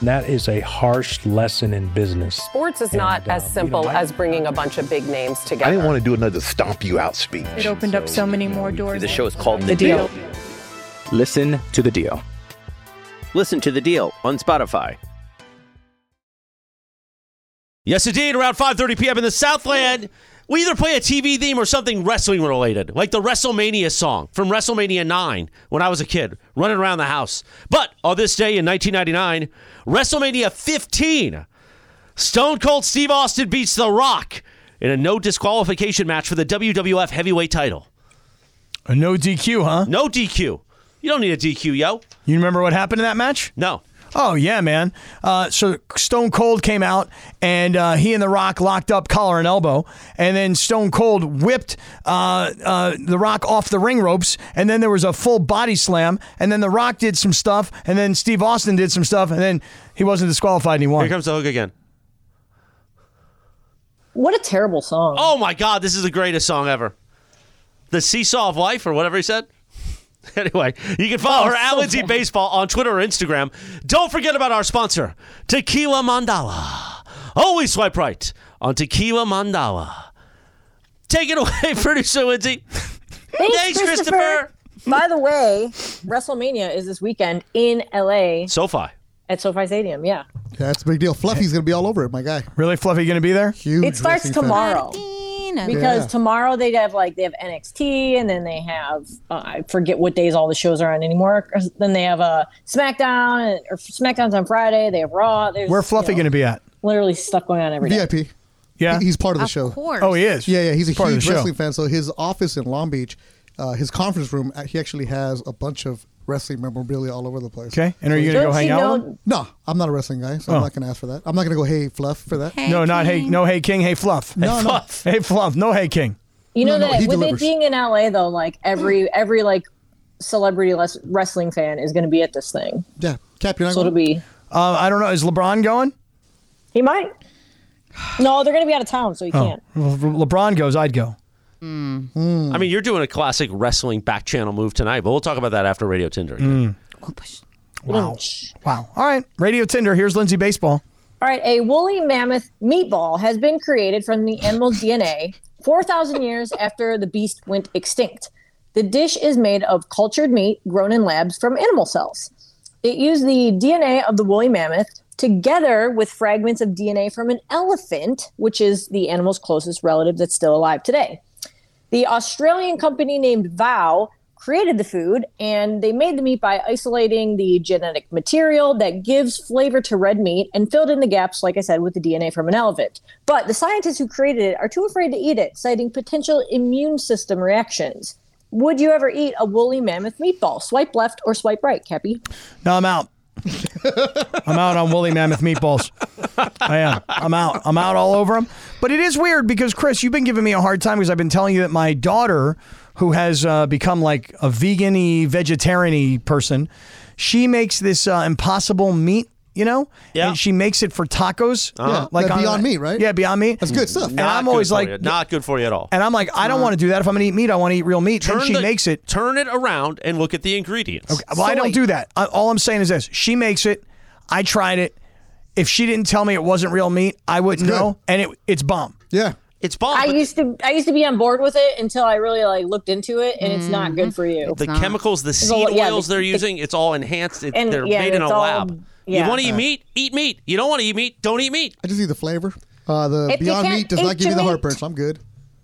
And that is a harsh lesson in business. Sports is not as simple as bringing a bunch of big names together. I didn't want to do another stomp you out speech. It opened up so many more doors. The show is called The The Deal. Listen to The Deal. Listen to The Deal on Spotify. Yes, indeed. Around 5:30 p.m. in the Southland, we either play a TV theme or something wrestling related, like the WrestleMania song from WrestleMania 9 when I was a kid, running around the house. But on this day in 1999, WrestleMania 15, Stone Cold Steve Austin beats The Rock in a no disqualification match for the WWF Heavyweight title. A no DQ, huh? No DQ. You don't need a DQ, yo. You remember what happened in that match? No. Oh yeah, man. Uh, so Stone Cold came out, and uh, he and The Rock locked up collar and elbow, and then Stone Cold whipped uh, uh, The Rock off the ring ropes, and then there was a full body slam, and then The Rock did some stuff, and then Steve Austin did some stuff, and then he wasn't disqualified and he won. Here comes the hook again. What a terrible song. Oh my God, this is the greatest song ever. The Seesaw of Life, or whatever he said. Anyway, you can follow Oh, her at Lindsay Baseball on Twitter or Instagram. Don't forget about our sponsor, Tequila Mandala. Always swipe right on Tequila Mandala. Take it away, producer Lindsay. Thanks, Christopher. By the way, WrestleMania is this weekend in LA. SoFi. at SoFi Stadium. Yeah. Yeah, that's a big deal. Fluffy's gonna be all over it, my guy. Really, Fluffy gonna be there? Huge. it starts wrestling fan. tomorrow because Yeah. tomorrow they have like they have NXT and then they have uh, I forget what days all the shows are on anymore. Then they have uh, SmackDown and, or SmackDown's on Friday. They have Raw. There's Where Fluffy gonna be at? literally stuff going on every day. VIP. Yeah, he's part of the Of show. course. Oh, he is? Yeah, yeah. He's a Part of huge the show. wrestling fan. So his office in Long Beach, uh, his conference room, uh, he actually has a bunch of wrestling memorabilia all over the place. Okay, and are you gonna Don't go hang you out with know- him? No, I'm not a wrestling guy, so Oh. I'm not gonna ask for that. I'm not gonna go hey fluff for that. no, not hey, no hey king, hey fluff, No, no. fluff, hey fluff, no hey king. You know No, no, that he with delivers. it being in LA though, like every every like celebrity les- wrestling fan is going to be at this thing. Yeah, Cap, you're not So it'll going. be. Uh, I don't know. Is LeBron going? He might. No, they're going to be out of town, so he Oh. can't. Well, if LeBron goes, I'd go. Mm. I mean, you're doing a classic wrestling back channel move tonight, but we'll talk about that after Radio Tinder. Mm. Wow. Wow. All right. Radio Tinder. Here's Lindsay Baseball. All right, a woolly mammoth meatball has been created from the animal's DNA 4,000 years after the beast went extinct. The dish is made of cultured meat grown in labs from animal cells. It used the DNA of the woolly mammoth together with fragments of DNA from an elephant, which is the animal's closest relative that's still alive today. The Australian company named Vow created the food and they made the meat by isolating the genetic material that gives flavor to red meat and filled in the gaps, like I said, with the DNA from an elephant. But the scientists who created it are too afraid to eat it, citing potential immune system reactions. Would you ever eat a woolly mammoth meatball? Swipe left or swipe right, Cappy. No, I'm out. I'm out on woolly mammoth meatballs. I am. I'm out. I'm out all over them. But it is weird because Chris, you've been giving me a hard time because I've been telling you that my daughter, who has uh, become like a vegan-y, vegetarian-y person, she makes this uh, impossible meat. You know, yeah. And she makes it for tacos, Uh-huh. like That on- Beyond Meat, right? Yeah, Beyond Meat. That's good stuff. And Not I'm good always for like, you. not good for you at all. and I'm like, I don't want to do that. If I'm going to eat meat, I want to eat real meat. Then she the- makes it. Uh-huh. Turn it around and look at the ingredients. Okay, Well, I don't do that. I, all I'm saying is this: she makes it. I tried it. If she didn't tell me it wasn't real meat, I wouldn't know. And it it's bomb. Yeah. It's bomb. I used to I used to be on board with it until I really like looked into it and it's not Mm-hmm. good for you. The chemicals, the It's a seed lot- yeah, oils the- they're the- using, it's all enhanced. It, And, they're yeah, made in a it's all- lab. yeah. You want to eat Yeah. meat? Eat meat. You don't want to eat meat? Don't eat meat. I just need the flavor. Uh, the If you Beyond can't Meat does eat not give you the your meat- heartburn, so I'm good.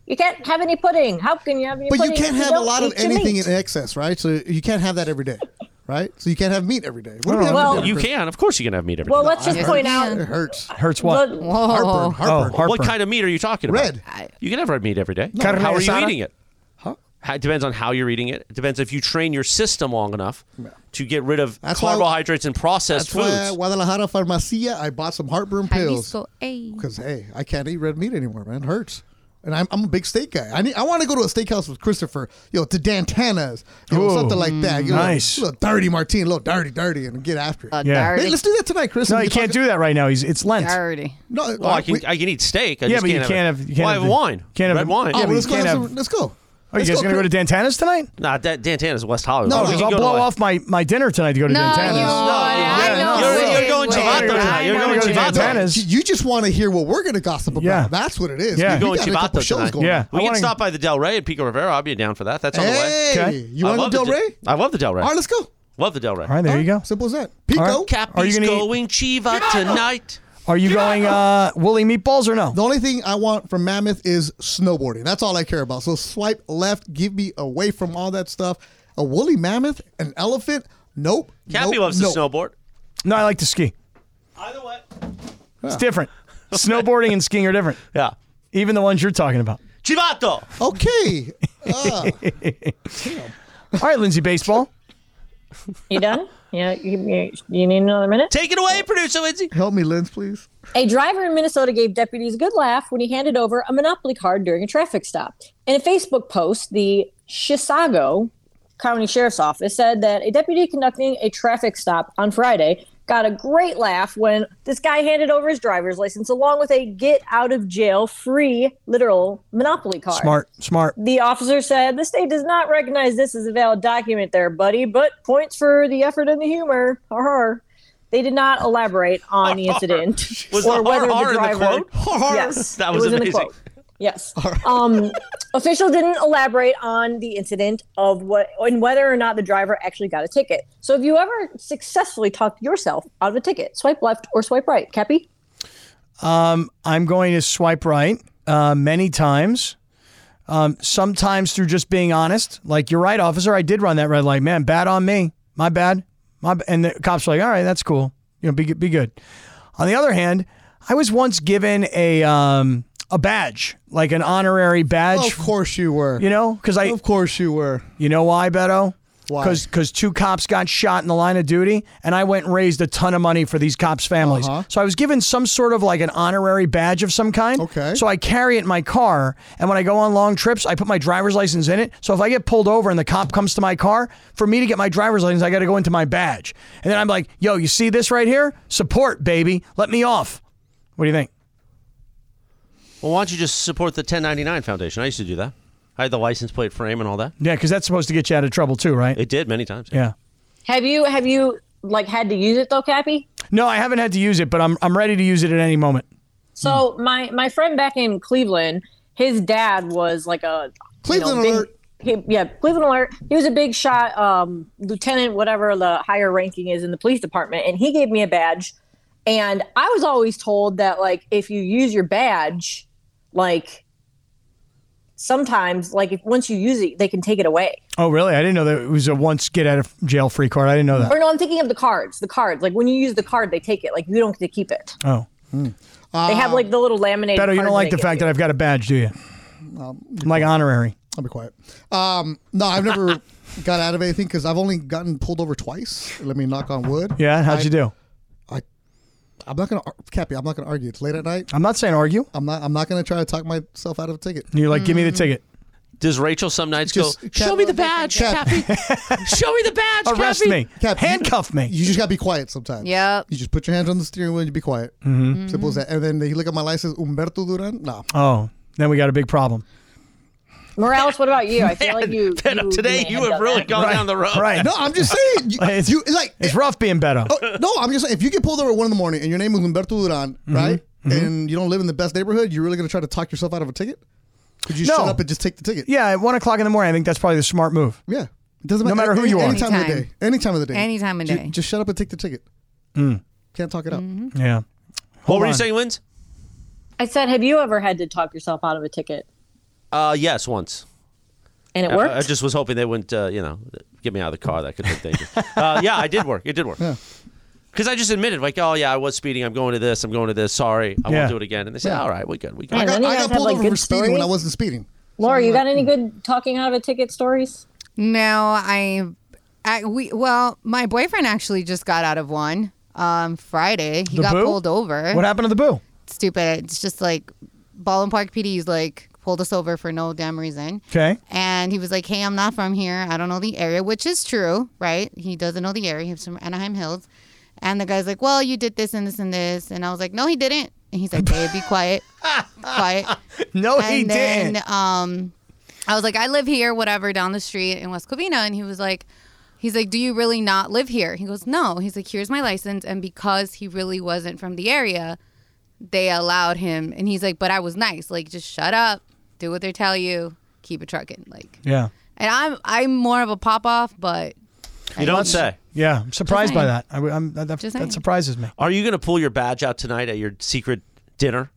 You can't have any pudding. How can you have any But pudding? you can't if have a don't lot of eat your anything meat? in excess, right? So you can't have that every day, right? So you can't have meat every day. What do we have Well- every day, you Chris? can. Of course, you can have meat every day. Well, let's just It point hurts. out It hurts. Hurts what? the- Heartburn. Oh. Heartburn. What kind of meat are you talking Red. about? You can have red meat every day. No. Carne How are asada? you eating it? How- It depends on how you're eating it. It depends if you train your system long enough to get rid of That's why- carbohydrates and processed That's why foods. Guadalajara Farmacia, I bought some heartburn pills. Because, hey, I can't eat red meat anymore, man. It hurts. And I'm, I'm a big steak guy. I need, I want to go to a steakhouse with Christopher, you know, to Dantana's, you know, Ooh. something like that. You know, Nice. A little dirty martini, a little dirty, dirty, and get after it. Yeah. dirty. Hey, let's do that tonight, Chris. No, We you can can't do Oh, that right now. He's it's Lent. Dirty. No, uh, Well, I can we- Oh, I can eat steak. I yeah, just but you can't can't have, you can't well, I have, have the- wine. Can't have red the- wine. Yeah, Oh, but let's you go. can't have have. some- Let's go. Are you let's guys go, going to go to Chris. Dantana's tonight? Nah, that Dantana's West Hollywood. No, Why would because you I'll go to blow a- off my, my dinner tonight to go to No, Dantana's. you No, won't. I Yeah, know no. you You're going to Wait, Vato wait, tonight. You're wait, going wait, to wait, Vato. Dantana's. You just want to hear what we're going to gossip about. Yeah. That's what it is. Yeah. We You're going got to a couple Vato shows tonight. going. Yeah. We I can wanna- stop by the Del Rey and Pico Rivera. I'd be down for that. That's on the way. Hey, Okay. you I want to love go the Del Rey? I love the Del Rey. All right, let's go. Love the Del Rey. All right, there you go. Simple as that. Pico. All right. Are you Cappy's gonna eat- going Chiva tonight. Are you going uh, woolly meatballs or no? The only thing I want from Mammoth is snowboarding. That's all I care about. So swipe left, give me away from all that stuff. A woolly mammoth, an elephant? Nope. Cappy nope, loves nope. to snowboard. No, I like to ski. Either way. It's different. Snowboarding and skiing are different. Yeah. Even the ones you're talking about. Chivato. Okay. Ah, All right, Lindsay Baseball. You done? Yeah, you, you- you need another minute? Take it away, producer Lindsay. help me, Linz, please. A driver in Minnesota gave deputies a good laugh when he handed over a Monopoly card during a traffic stop. In a Facebook post, the Chisago County Sheriff's Office said that a deputy conducting a traffic stop on Friday got a great laugh when this guy handed over his driver's license along with a get out of jail free literal Monopoly card. Smart, smart. The officer said, The state does not recognize this as a valid document there, buddy, but points for the effort and the humor. Har har. They did not elaborate on the incident Was or the whether har har the in the driver. quote? Har har. Yes, That it was in the amazing. quote. Yes. Um, official didn't elaborate on the incident of what and whether or not the driver actually got a ticket. So if you ever successfully talked yourself out of a ticket, swipe left or swipe right. Cappy? Um, I'm going to swipe right uh, many times. Um, sometimes through just being honest, like you're right, officer. I did run that red light, man. Bad on me. My bad. My b-" and the cops are like, all right, that's cool. You know, be good- be good. On the other hand, I was once given a um, a badge, like an honorary badge. Of Oh, course you were. You know, because I Of course you were. You know why, Beto? Why? Because two cops got shot in the line of duty, and I went and raised a ton of money for these cops' families. So I was given some sort of like an honorary badge of some kind. Okay. So I carry it in my car, and when I go on long trips, I put my driver's license in it. So if I get pulled over and the cop comes to my car, for me to get my driver's license, I got to go into my badge, and then I'm like, "Yo, you see this right here? Support, baby. Let me off." What do you think? Well, why don't you just support the 1099 Foundation? I used to do that. I had the license plate frame and all that. Yeah, because that's supposed to get you out of trouble too, right? It did many times. Yeah. Have you have you like had to use it though, Cappy? No, I haven't had to use it, but I'm I'm ready to use it at any moment. So my my friend back in Cleveland, his dad was like a you know, Cleveland big- alert. he- yeah, Cleveland alert. He was a big shot um, lieutenant, whatever the higher ranking is in the police department, and he gave me a badge. And I was always told that like if you use your badge, like sometimes like if once you use it, they can take it away. Oh, really? I didn't know that it was a once get out of jail free card. I didn't know that. Or no, I'm thinking of the cards. The cards, like when you use the card, they take it. Like you don't get to keep it. Hmm. Oh. they have like the little laminated. Beto, you cards don't like they the give fact you. that I've got a badge, do you? like honorary. I'll be quiet. Um, no, I've never got out of anything because I've only gotten pulled over twice. Let me knock on wood. Yeah, how'd I- you do? I'm not gonna, ar- Cappy. I'm not gonna argue. It's late at night. I'm not saying argue. I'm not. I'm not gonna try to talk myself out of a ticket. You're like, give Mm. me the ticket. Does Rachel some nights Just go, Cap- show me the badge, Cappy. show me the badge, Arrest Cappy. me. Handcuff me. You just gotta be quiet sometimes. Yep. You just put your hands on the steering wheel and you be quiet. Mhm. Simple as that. And then they look at my license, Humberto Duran. No. Oh, then we got a big problem. Morales, what about you? I feel like you. you today may you done have really that. gone down the road. Right. No, I'm just saying. You, it's, you- like it's rough being Beto. oh, no, I'm just saying. If you get pulled over at one in the morning and your name is Humberto Duran, Mm-hmm. right? And you don't live in the best neighborhood, you're really gonna try to talk yourself out of a ticket? Could you No. shut up and just take the ticket? Yeah, at one o'clock in the morning, I think that's probably the smart move. Yeah. It doesn't No matter who any- you are. Any time of the Anytime. day. Any time of the day. Any time of Ju- day. Mm-hmm. Just, shut up and take the ticket. Mm, Can't talk it out. yeah. What Hold were you on. saying, Linz? I said, have you ever had to talk yourself out of a ticket? Uh, yes, once. And it I- worked? I, just was hoping they wouldn't, uh, you know, get me out of the car. That could have been dangerous. uh, yeah, I did work. It did work. Because I just admitted, like, oh, yeah, I was speeding. I'm going to this. I'm going to this. Sorry. I Yeah. won't do it again. And they say, all right, we good. We good. I Man, any got, of I you got guys have, pulled like, over for good speeding when stories? I wasn't speeding. Laura, you got any good talking out of a ticket stories? No, I, I we well, my boyfriend actually just got out of one um Friday. He The got boo? pulled over. What happened to the boo? Stupid. It's just like Ball and Park PD's like pulled us over for no damn reason. Okay. And he was like, "Hey, I'm not from here. I don't know the area," which is true, right? He doesn't know the area. He's from Anaheim Hills. And the guy's like, "Well, you did this and this and this," and I was like, "No, he didn't." And he's like, "Babe, be quiet, quiet." No, he and then, didn't. Um, I was like, "I live here, whatever, down the street in West Covina," and he was like. He's like, Do you really not live here? He goes, No. He's like, Here's my license. And because he really wasn't from the area, they allowed him. And he's like, But I was nice. Like, just shut up, do what they tell you, keep it trucking. Like, Yeah. and I'm I'm more of a pop off, but You don't say. Yeah. I'm surprised by saying. that. I, am that, that, saying. that surprises me. Are you going to pull your badge out tonight at your secret dinner?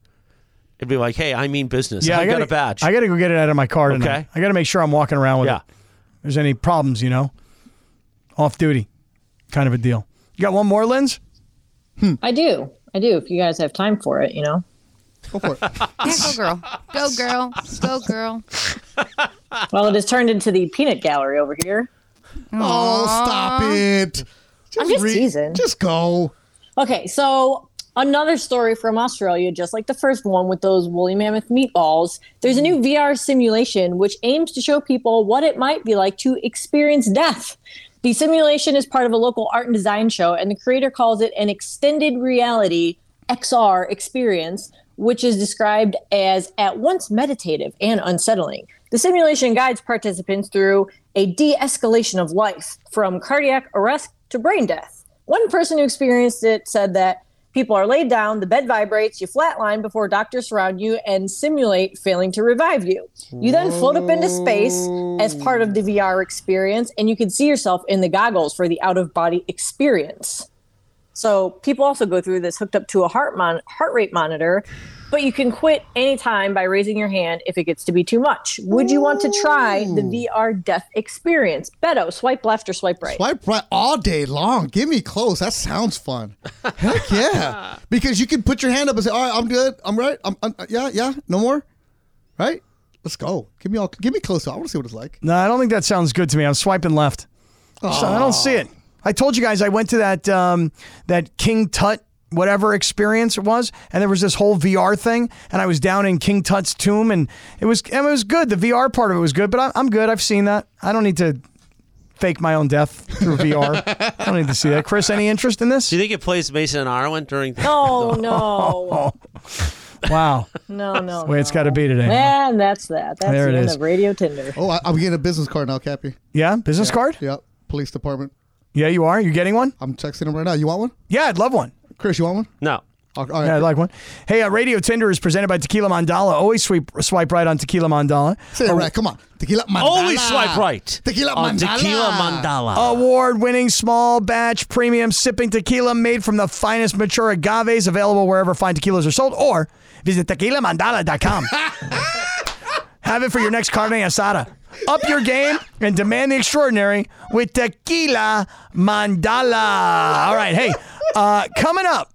It'd be like, hey, I mean business. I, got gotta, a badge. I got to go get it out of my car tonight. Okay. I got to make sure I'm walking around with Yeah. it. There's any problems, you know, off duty, kind of a deal. You got one more, Linz? I do. I do. If you guys have time for it, you know. Go for it. yeah, go girl, go girl, go girl. Well, it has turned into the peanut gallery over here. Oh, stop it. I'm just re- teasing. Just go. Okay, so another story from Australia, just like the first one with those woolly mammoth meatballs. There's a new VR simulation which aims to show people what it might be like to experience death. The simulation is part of a local art and design show, and the creator calls it an extended reality XR experience, which is described as at once meditative and unsettling. The simulation guides participants through a de escalation of life from cardiac arrest to brain death. One person who experienced it said that People are laid down, the bed vibrates, you flatline before doctors surround you and simulate failing to revive you. You then float up into space as part of the VR experience, and you can see yourself in the goggles for the out of body experience. So people also go through this hooked up to a heart mon- heart rate monitor, but you can quit anytime by raising your hand if it gets to be too much. Would you want to try the VR death experience? Beto, swipe left or swipe right? Swipe right all day long. Give me close. That sounds fun. Heck yeah. Because you can put your hand up and say, all right, I'm good. I'm right. I'm, I'm uh, yeah, yeah. No more. Right? Let's go. Give me all. Give me close. I want to see what it's like. No, I don't think that sounds good to me. I'm swiping left. So I don't see it. I told you guys I went to that um, that King Tut whatever experience it was, and there was this whole VR thing, and I was down in King Tut's tomb, and it was and it was good. The VR part of it was good, but I, I'm good. I've seen that. I don't need to fake my own death through VR. I don't need to see that. Chris, any interest in this? Do you think it plays Mason and Arwen during? No, no, Wow. no, no. That's the way it's got to be today. Man, that's that. That's There the it end is. of Radio Tinder. Oh, I, I'm getting a business card now, Cappy. Yeah, business card. Yeah, police department. Yeah, you are. You're getting one. I'm texting him right now. You want one? Yeah, I'd love one. Chris, you want one? No. All all right. Yeah, I'd like one. Hey, uh, Radio Tinder is presented by Tequila Mandala. Always sweep, swipe right on Tequila Mandala. Say it right. Come on. Tequila mandala. Oh. Always swipe right. Tequila on mandala. Oh. Tequila mandala. Award winning small batch premium sipping tequila made from the finest mature agaves available wherever fine tequilas are sold or visit tequilamandala.com. Have it for your next carne asada. Up your game and demand the extraordinary with Tequila Mandala. All right, hey, uh, coming up,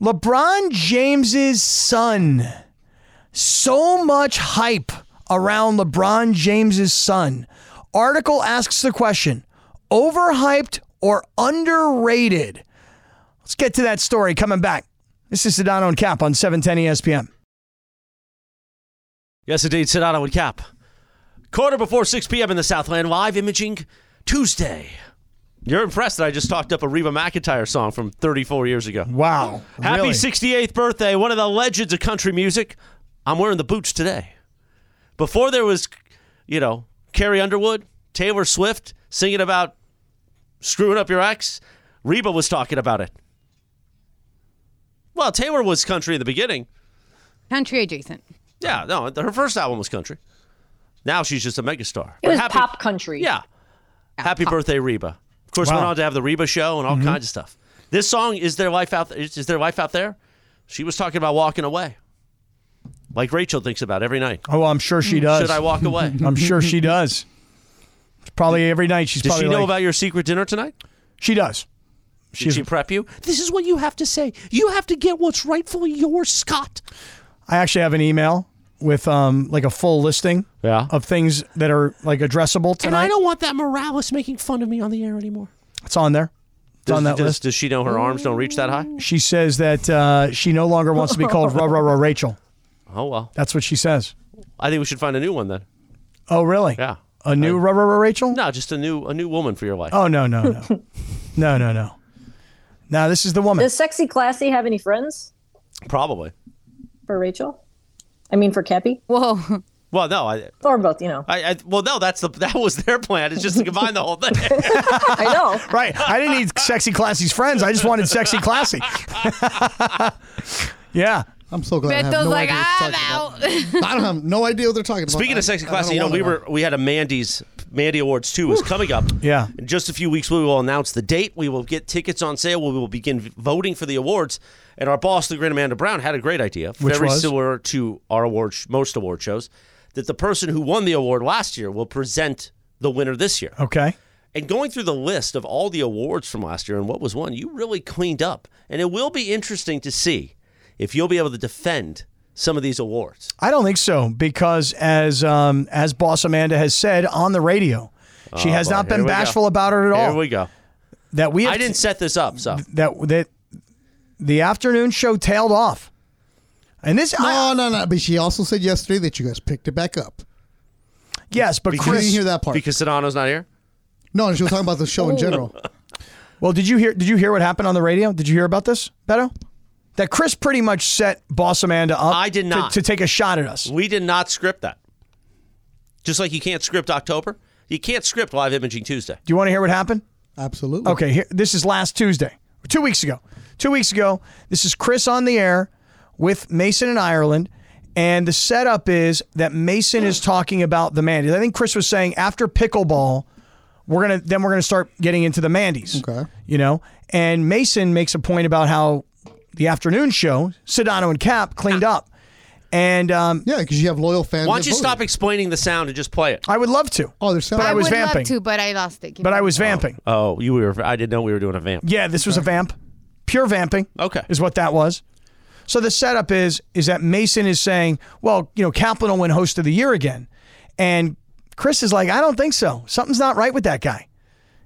LeBron James's son. So much hype around LeBron James's son. Article asks the question: overhyped or underrated? Let's get to that story coming back. This is Sedano and Cap on E 710 ESPN. Yes, indeed, Sedano and Cap. Quarter before 6 p.m. in the Southland, live imaging Tuesday. You're impressed that I just talked up a Reba McIntyre song from 34 years ago. Wow. Happy really? 68th birthday, one of the legends of country music. I'm wearing the boots today. Before there was, you know, Carrie Underwood, Taylor Swift singing about screwing up your ex, Reba was talking about it. Well, Taylor was country in the beginning. Country adjacent. Yeah, no, her first album was country. Now she's just a megastar. It was pop country. Yeah. Happy birthday, Reba. Of course, Wow. Mm-hmm. went on to have the Reba show and all kinds of stuff. This song is their life out. Is, is their life out there? She was talking about walking away, like Rachel thinks about every night. Oh, I'm sure she does. Hmm. Should I walk away? I'm sure she does. It's Probably every night she's Does probably she know like- about your secret dinner tonight? She does. Did she prep you? This is what you have to say. You have to get what's rightfully yours, Scott. I actually have an email with um like a full listing yeah. of things that are like addressable And I tonight. don't want that Morales making fun of me on the air anymore. It's on there. It's Does, on that does, list. does she know her arms don't reach that high? She says that uh, she no longer wants to be called Ra Ra Ra Rachel. Oh well. That's what she says. I think we should find a new one then. Oh really? Yeah. A new Ra Ra Ra Rachel? No, just a new a new woman for your life. Oh no no no no no no. Now this is the woman. Does Sexy Classy have any friends Probably. for Rachel? I mean, for Cappy? Whoa. Well, no, I, Or both, you know. I, I well, no, that's the that was their plan. It's just to combine the whole thing. I know. Right. I didn't need sexy classy's friends. I just wanted sexy classy. yeah. I'm so glad. I have Beto's no like, idea what I'm they're out. talking about. I don't have no idea what they're talking about. Speaking I- of sexy I don't classy, you know, wanna we were we had a Mandy's Mandy Awards too is coming up. Yeah. In just a few weeks, we will announce the date. We will get tickets on sale. We will begin v- voting for the awards. And our boss, the great Amanda Brown, had a great idea, Which very was? similar to our award sh- most award shows, that the person who won the award last year will present the winner this year. Okay. And going through the list of all the awards from last year and what was won, you really cleaned up. And it will be interesting to see if you'll be able to defend some of these awards. I don't think so because as um, as boss Amanda has said on the radio, she Oh, has boy. not Here been we go. bashful about it at all. Here we go. That we have I didn't set this up, so that that the afternoon show tailed off. And this No, I, no, no. But she also said yesterday that you guys picked it back up. yes, but You didn't Chris hear that part. because Sedano's not here. No, and she was talking about the show Oh. in general. Well, did you hear did you hear what happened on the radio? Did you hear about this, Beto? That Chris pretty much set boss Amanda up I did to- not. to take a shot at us. We did not script that. Just like you can't script October, you can't script Live Imaging Tuesday. Do you want to hear what happened? Absolutely. Okay, here, this is last Tuesday, two weeks ago. two weeks ago. This is Chris on the air with Mason in Ireland. And the setup is that Mason is talking about the Mandy's. I think Chris was saying after pickleball, we're gonna then we're gonna start getting into the Mandy's. Okay. You know? And Mason makes a point about how the afternoon show, Sedano and Cap, cleaned up. And um, yeah, because you have loyal fans. Why don't you stop explaining the sound and just play it? I would love to. Oh, there's But But I was would vamping. love to, but I lost it. Give But me I was a minute. vamping. Oh, you were. I didn't know we were doing a vamp. Yeah, this was a vamp. Pure vamping. Okay. Is what that was. So the setup is is that Mason is saying, well, you know, Kaplan will win host of the year again. And Chris is like, I don't think so. Something's not right with that guy.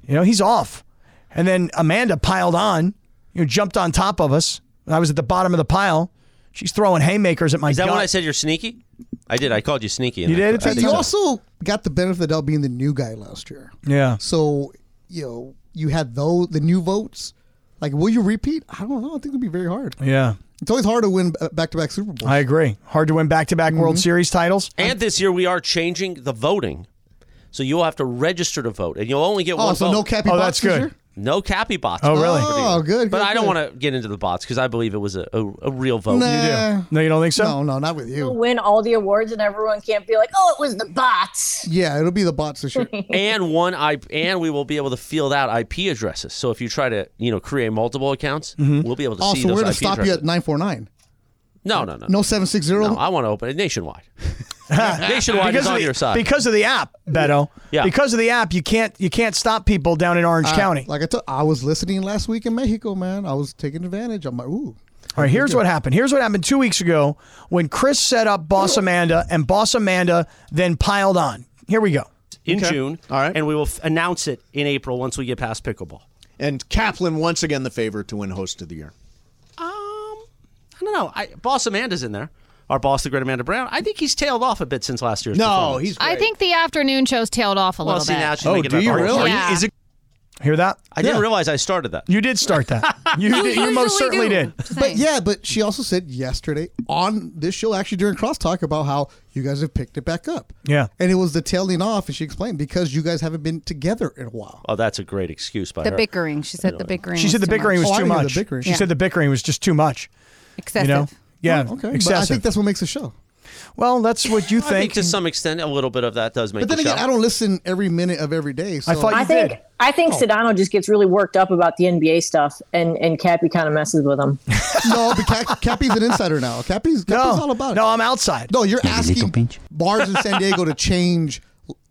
You know, he's off. And then Amanda piled on, you know, jumped on top of us. I was at the bottom of the pile. She's throwing haymakers at my Is that gut. when I said you're sneaky? I did. I called you sneaky. and You I- did? I think But you so. also got the benefit of the doubt being the new guy last year. Yeah. So, you know, you had those the new votes. Like, will you repeat? I don't know. I think it'd be very hard. Yeah. It's always hard to win back to back Super Bowls. I agree. Hard to win back to back Mm-hmm. World Series titles. And this year we are changing the voting, so you'll have to register to vote, and you'll only get Oh, one. so vote. no cappy Oh, box that's this good. year? No cappy box. Oh, really? Oh, good. But good, I don't good. want to get into the bots because I believe it was a, a, a real vote. Nah. You do. No, you don't think so? No, no, not with you. win all the awards and everyone can't be like, oh, it was the bots. Yeah, it'll be the bots this year. and one I and we will be able to field out IP addresses. So if you try to you know create multiple accounts, we'll be able to Oh, see so we're those gonna IP stop you addresses. at nine four nine. no, no, no, No seven six zero. No, I want to open it nationwide. nationwide because is of on the, your side. Because of the app, Beto. Yeah. Because of the app, you can't you can't stop people down in Orange I- County. Uh, Like I told, I was listening last week in Mexico, man. I was taking advantage. I'm like, ooh. All right, here's what happened. Here's what happened two weeks ago when Chris set up Boss Amanda and Boss Amanda then piled on. Here we go. in June. All right. And we will f- announce it in April once we get past pickleball. And Kaplan once again the favorite to win host of the year. Um, I don't know. I, boss Amanda's in there. Our boss, the great Amanda Brown. I think he's tailed off a bit since last year's. performance. I think the afternoon show's tailed off a Well, little see, bit. now she's Oh, making do that you argument. really? Yeah. Is it- Hear that? I didn't realize I started that. You did start that. You, did, you most certainly did. But yeah, but she also said yesterday on this show, actually during crosstalk, about how you guys have picked it back up. Yeah. And it was the tailing off, and she explained because you guys haven't been together in a while. Oh, that's a great excuse by The her. bickering. She said the bickering. She said the too bickering Oh, much. was too much. She Yeah. said the bickering was just too much. Excessive. You know? Yeah. Oh, okay. But I Excessive. think that's what makes the show. well, that's what you I think think. to some extent, a little bit of that does make. But then the again, show. I don't listen every minute of every day. So thought you I think I think Oh. Sedano just gets really worked up about the NBA stuff, and and Cappy kind of messes with him. no, but Cap- Cappy's an insider now. Cappy's, Cappy's all about it. No, I'm outside. No, you're asking bars in San Diego to change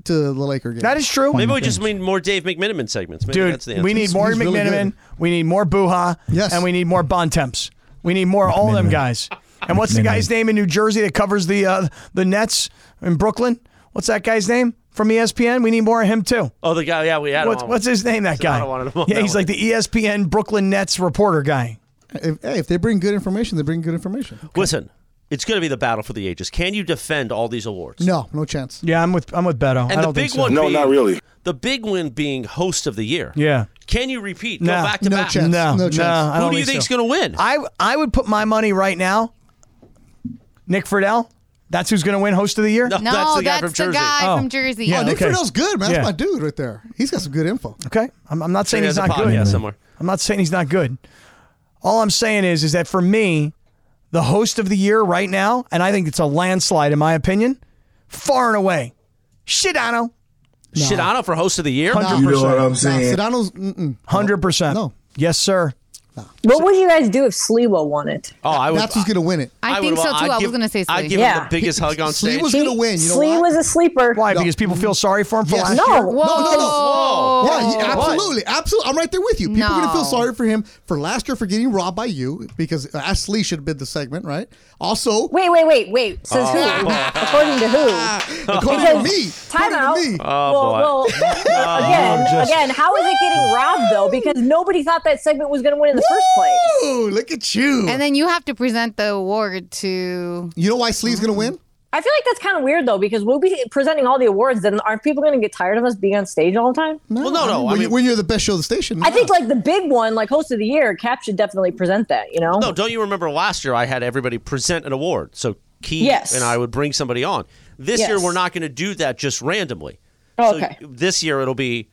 to the Laker game. That is true. Maybe we just need more Dave McMiniman segments. Maybe Dude, that's the answer. we need more McMiniman. we need more Buha. Yes. And we need more Bontemps. We need more all them guys. And what's the guy's name in New Jersey that covers the uh, the Nets in Brooklyn? What's that guy's name from E ESPN? We need more of him too. Oh, the guy. Yeah, we had. him What's, on. what's his name? That So guy. I don't want him on yeah, that he's one. like the E ESPN Brooklyn Nets reporter guy. If, hey, if they bring good information, they bring good information. Listen, it's going to be the battle for the ages. Can you defend all these awards? No, no chance. Yeah, I'm with I'm with Beto. I And the don't big think so. one. being- The big one being host of the year. Yeah. Can you repeat? No. Go back to No back. chance. No. No No, chance. I Who don't do you think think's so. going to win? I I would put my money right now. Nick Friedel. That's who's going to win host of the year. No, that's the guy that's from the Jersey. guy from Jersey. Yeah, Oh. Yeah, Oh, Nick okay. Friedel's good, man. That's Yeah. my dude right there. He's got some good info. Okay, I'm, I'm not saying Maybe he's has not a good. podcast somewhere. I'm not saying he's not good. All I'm saying is, is that for me, the host of the year right now, and I think it's a landslide in my opinion, far and away, Shidano, Shidano for host of the year. Sedano's mm-mm. hundred percent. No, yes, sir. What would you guys do if Sliwa won it? Oh, I would. That's who's gonna win it. I, think would- so too. I'd I give- was gonna say I'd Slee. give him the biggest hug on Slee stage. was gonna win. You know Slee why? was a sleeper. Why? Because people feel sorry for him for Yes. last No. year. No, no, no. Whoa. Yeah, you- absolutely, absolutely. I'm right there with you. People are gonna feel No. sorry for him for last year for getting robbed by you because Ask Lee should have been the segment, right? Also, Wait, wait, wait, wait. Says who? Oh. According to who? according to me, Time out. Uh, me. Oh, well, boy. well, again, Oh, just- again, how is it getting robbed though? Because nobody thought that segment was going to win in the first place. Ooh, look at you. And then you have to present the award to. You know why Slee's gonna win? I feel like that's kind of weird though, because we'll be presenting all the awards. Then aren't people going to get tired of us being on stage all the time? No, Well, no, no. I When, you- mean- when you're the best show of the station, I think like the big one, like host of the year, Cap should definitely present that. You know? No, don't you remember last year I had everybody present an award? So Key Yes. and I would bring somebody on. This year Yes. Oh, we're not going to do that just randomly. Okay. So this year it'll be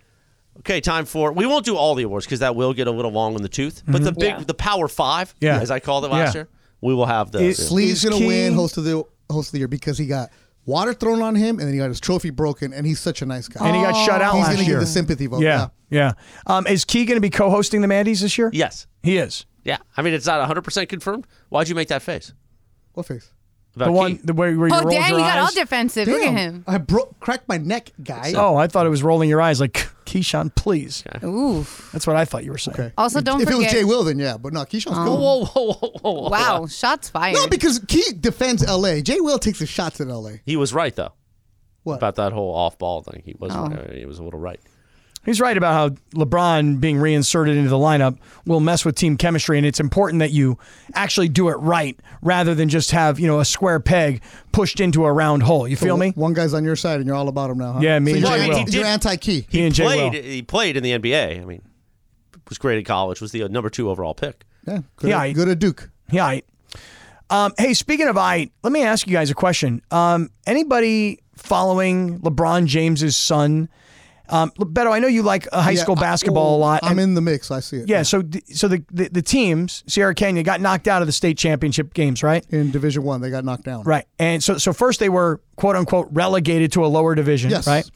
Okay, time for we won't do all the awards because that will get a little long in the tooth. But the Mhm. big, Yeah. the Power Five, Yeah. as I called it last Yeah. year, we will have those. yeah. Sleeves gonna win host of the host of the year because he got water thrown on him and then he got his trophy broken and he's such a nice guy. And he got shut out He's last gonna year. get the sympathy vote. Yeah, yeah. Um, is Key going to be co-hosting the Mandy's this year? Yes, he is. yeah. I mean, it's not 100 percent confirmed. Why'd you make that face? What face? About the one the way where you Oh, rolled dang, your he got all eyes. defensive. Look at him. I broke, cracked my neck, guy. Oh, I thought it was rolling your eyes like Keyshawn, please. Ooh, that's what I thought you were saying. Also, don't if forget. it was Jay Will, then yeah, but no, Keyshawn's Oh. cool. Whoa, whoa, whoa, whoa, whoa. Wow, shots fired. No, because Key defends L.A. Jay Will takes his shots at L.A. He was right though. What? about that whole off-ball thing? He was. Oh. uh, He was a little right. He's right about how LeBron being reinserted into the lineup will mess with team chemistry, and it's important that you actually do it right rather than just have you know a square peg pushed into a round hole. You So feel me? One guy's on your side, and you're all about him now. Huh? Yeah, me So and you're- Jay Will. You're anti-Key. He and Jay played. Will. He played in the NBA. I mean, was great at college. Was the uh, number two overall pick. Yeah, good at- good at Duke. Yeah. aight. Um, hey, speaking of I, let me ask you guys a question. Um, anybody following LeBron James's son? Um, Beto, I know you like uh, high Yeah, school I- oh, basketball a lot. I'm and- in the mix. I see it. yeah, so th- so the, the the teams Sierra Canyon got knocked out of the state championship games, right? In Division One, they got knocked down. Right, and so so first they were quote unquote relegated to a lower division, Yes. right?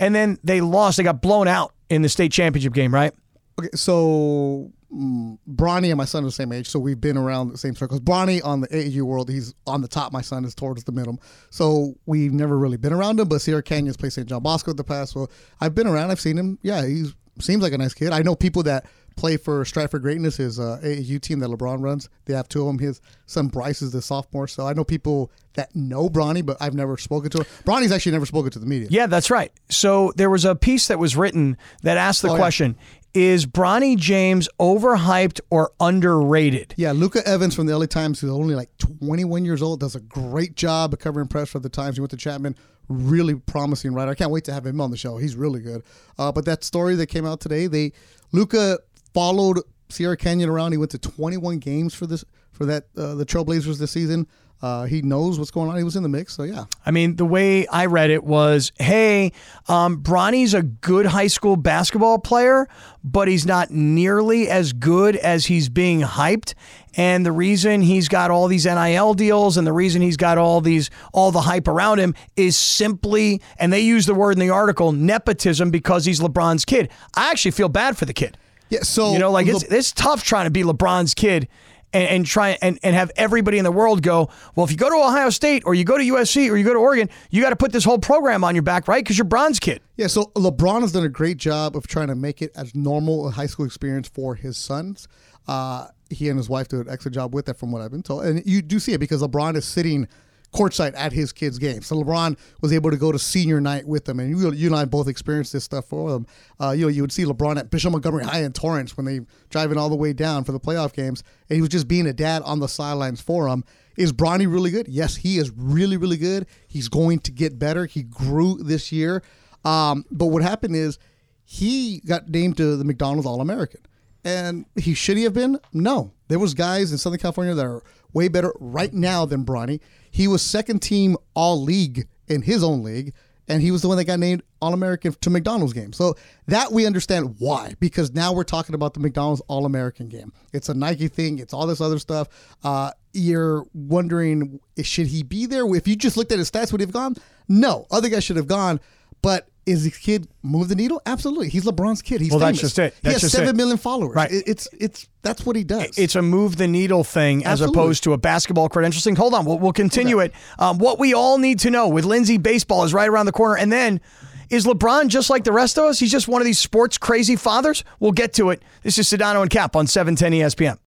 And then they lost; they got blown out in the state championship game, right? Okay, so mm, Bronny and my son are the same age, so we've been around the same circles. Bronny on the AAU world, he's on the top. My son is towards the middle, so we've never really been around him. But Sierra Canyon's played St. John Bosco in the past, so I've been around. I've seen him. Yeah, he seems like a nice kid. I know people that play for Strive for Greatness, his uh, AAU team that LeBron runs. They have two of them. His son Bryce is the sophomore, so I know people that know Bronny, but I've never spoken to him. Bronny's actually never spoken to the media. Yeah, that's right. So there was a piece that was written that asked the Oh, yeah. question: Is Bronny James overhyped or underrated? Yeah, Luca Evans from the LA Times, who's only like 21 years old, does a great job of covering press for the Times. He went to Chapman, really promising writer. I can't wait to have him on the show. He's really good. Uh, but that story that came out today, they Luca followed Sierra Canyon around. He went to 21 games for this for that uh, the Trailblazers this season. Uh, he knows what's going on. He was in the mix, so yeah. I mean, the way I read it was, hey, um, Bronny's a good high school basketball player, but he's not nearly as good as he's being hyped. And the reason he's got all these NIL deals and the reason he's got all these all the hype around him is simply, and they use the word in the article, nepotism because he's LeBron's kid. I actually feel bad for the kid. Yeah, so you know, like it's, Le- it's tough trying to be LeBron's kid and, and try and, and have everybody in the world go, well, if you go to Ohio State or you go to USC or you go to Oregon, you got to put this whole program on your back, right? Because you're Bron's kid. Yeah, so LeBron has done a great job of trying to make it as normal a high school experience for his sons. Uh, he and his wife do an excellent job with that, from what I've been told. And you do see it because LeBron is sitting courtside at his kids' game. So LeBron was able to go to senior night with them, and you, you and I both experienced this stuff for them. Uh, you know, you would see LeBron at Bishop Montgomery High in Torrance when they driving all the way down for the playoff games, and he was just being a dad on the sidelines for him. Is Bronny really good? Yes, he is really, really good. He's going to get better. He grew this year. Um, but what happened is he got named to the McDonald's All American. And he should he have been? No. There was guys in Southern California that are way better right now than Bronny. He was second team all league in his own league, and he was the one that got named All American to McDonald's game. So that we understand why, because now we're talking about the McDonald's All American game. It's a Nike thing, it's all this other stuff. Uh, you're wondering, should he be there? If you just looked at his stats, would he have gone? No. Other guys should have gone. But is this kid move the needle? Absolutely. He's LeBron's kid. He's Well, that's famous. just it. he That's has just seven it. million followers. Right. It- it's it's that's what he does. It's a move the needle thing as Absolutely. opposed to a basketball credentials thing. Hold on, we'll, we'll continue it. Um, what we all need to know with Lindsay baseball is right around the corner. And then is LeBron just like the rest of us? He's just one of these sports crazy fathers? We'll get to it. This is Sedano and Cap on E 710 ESPN.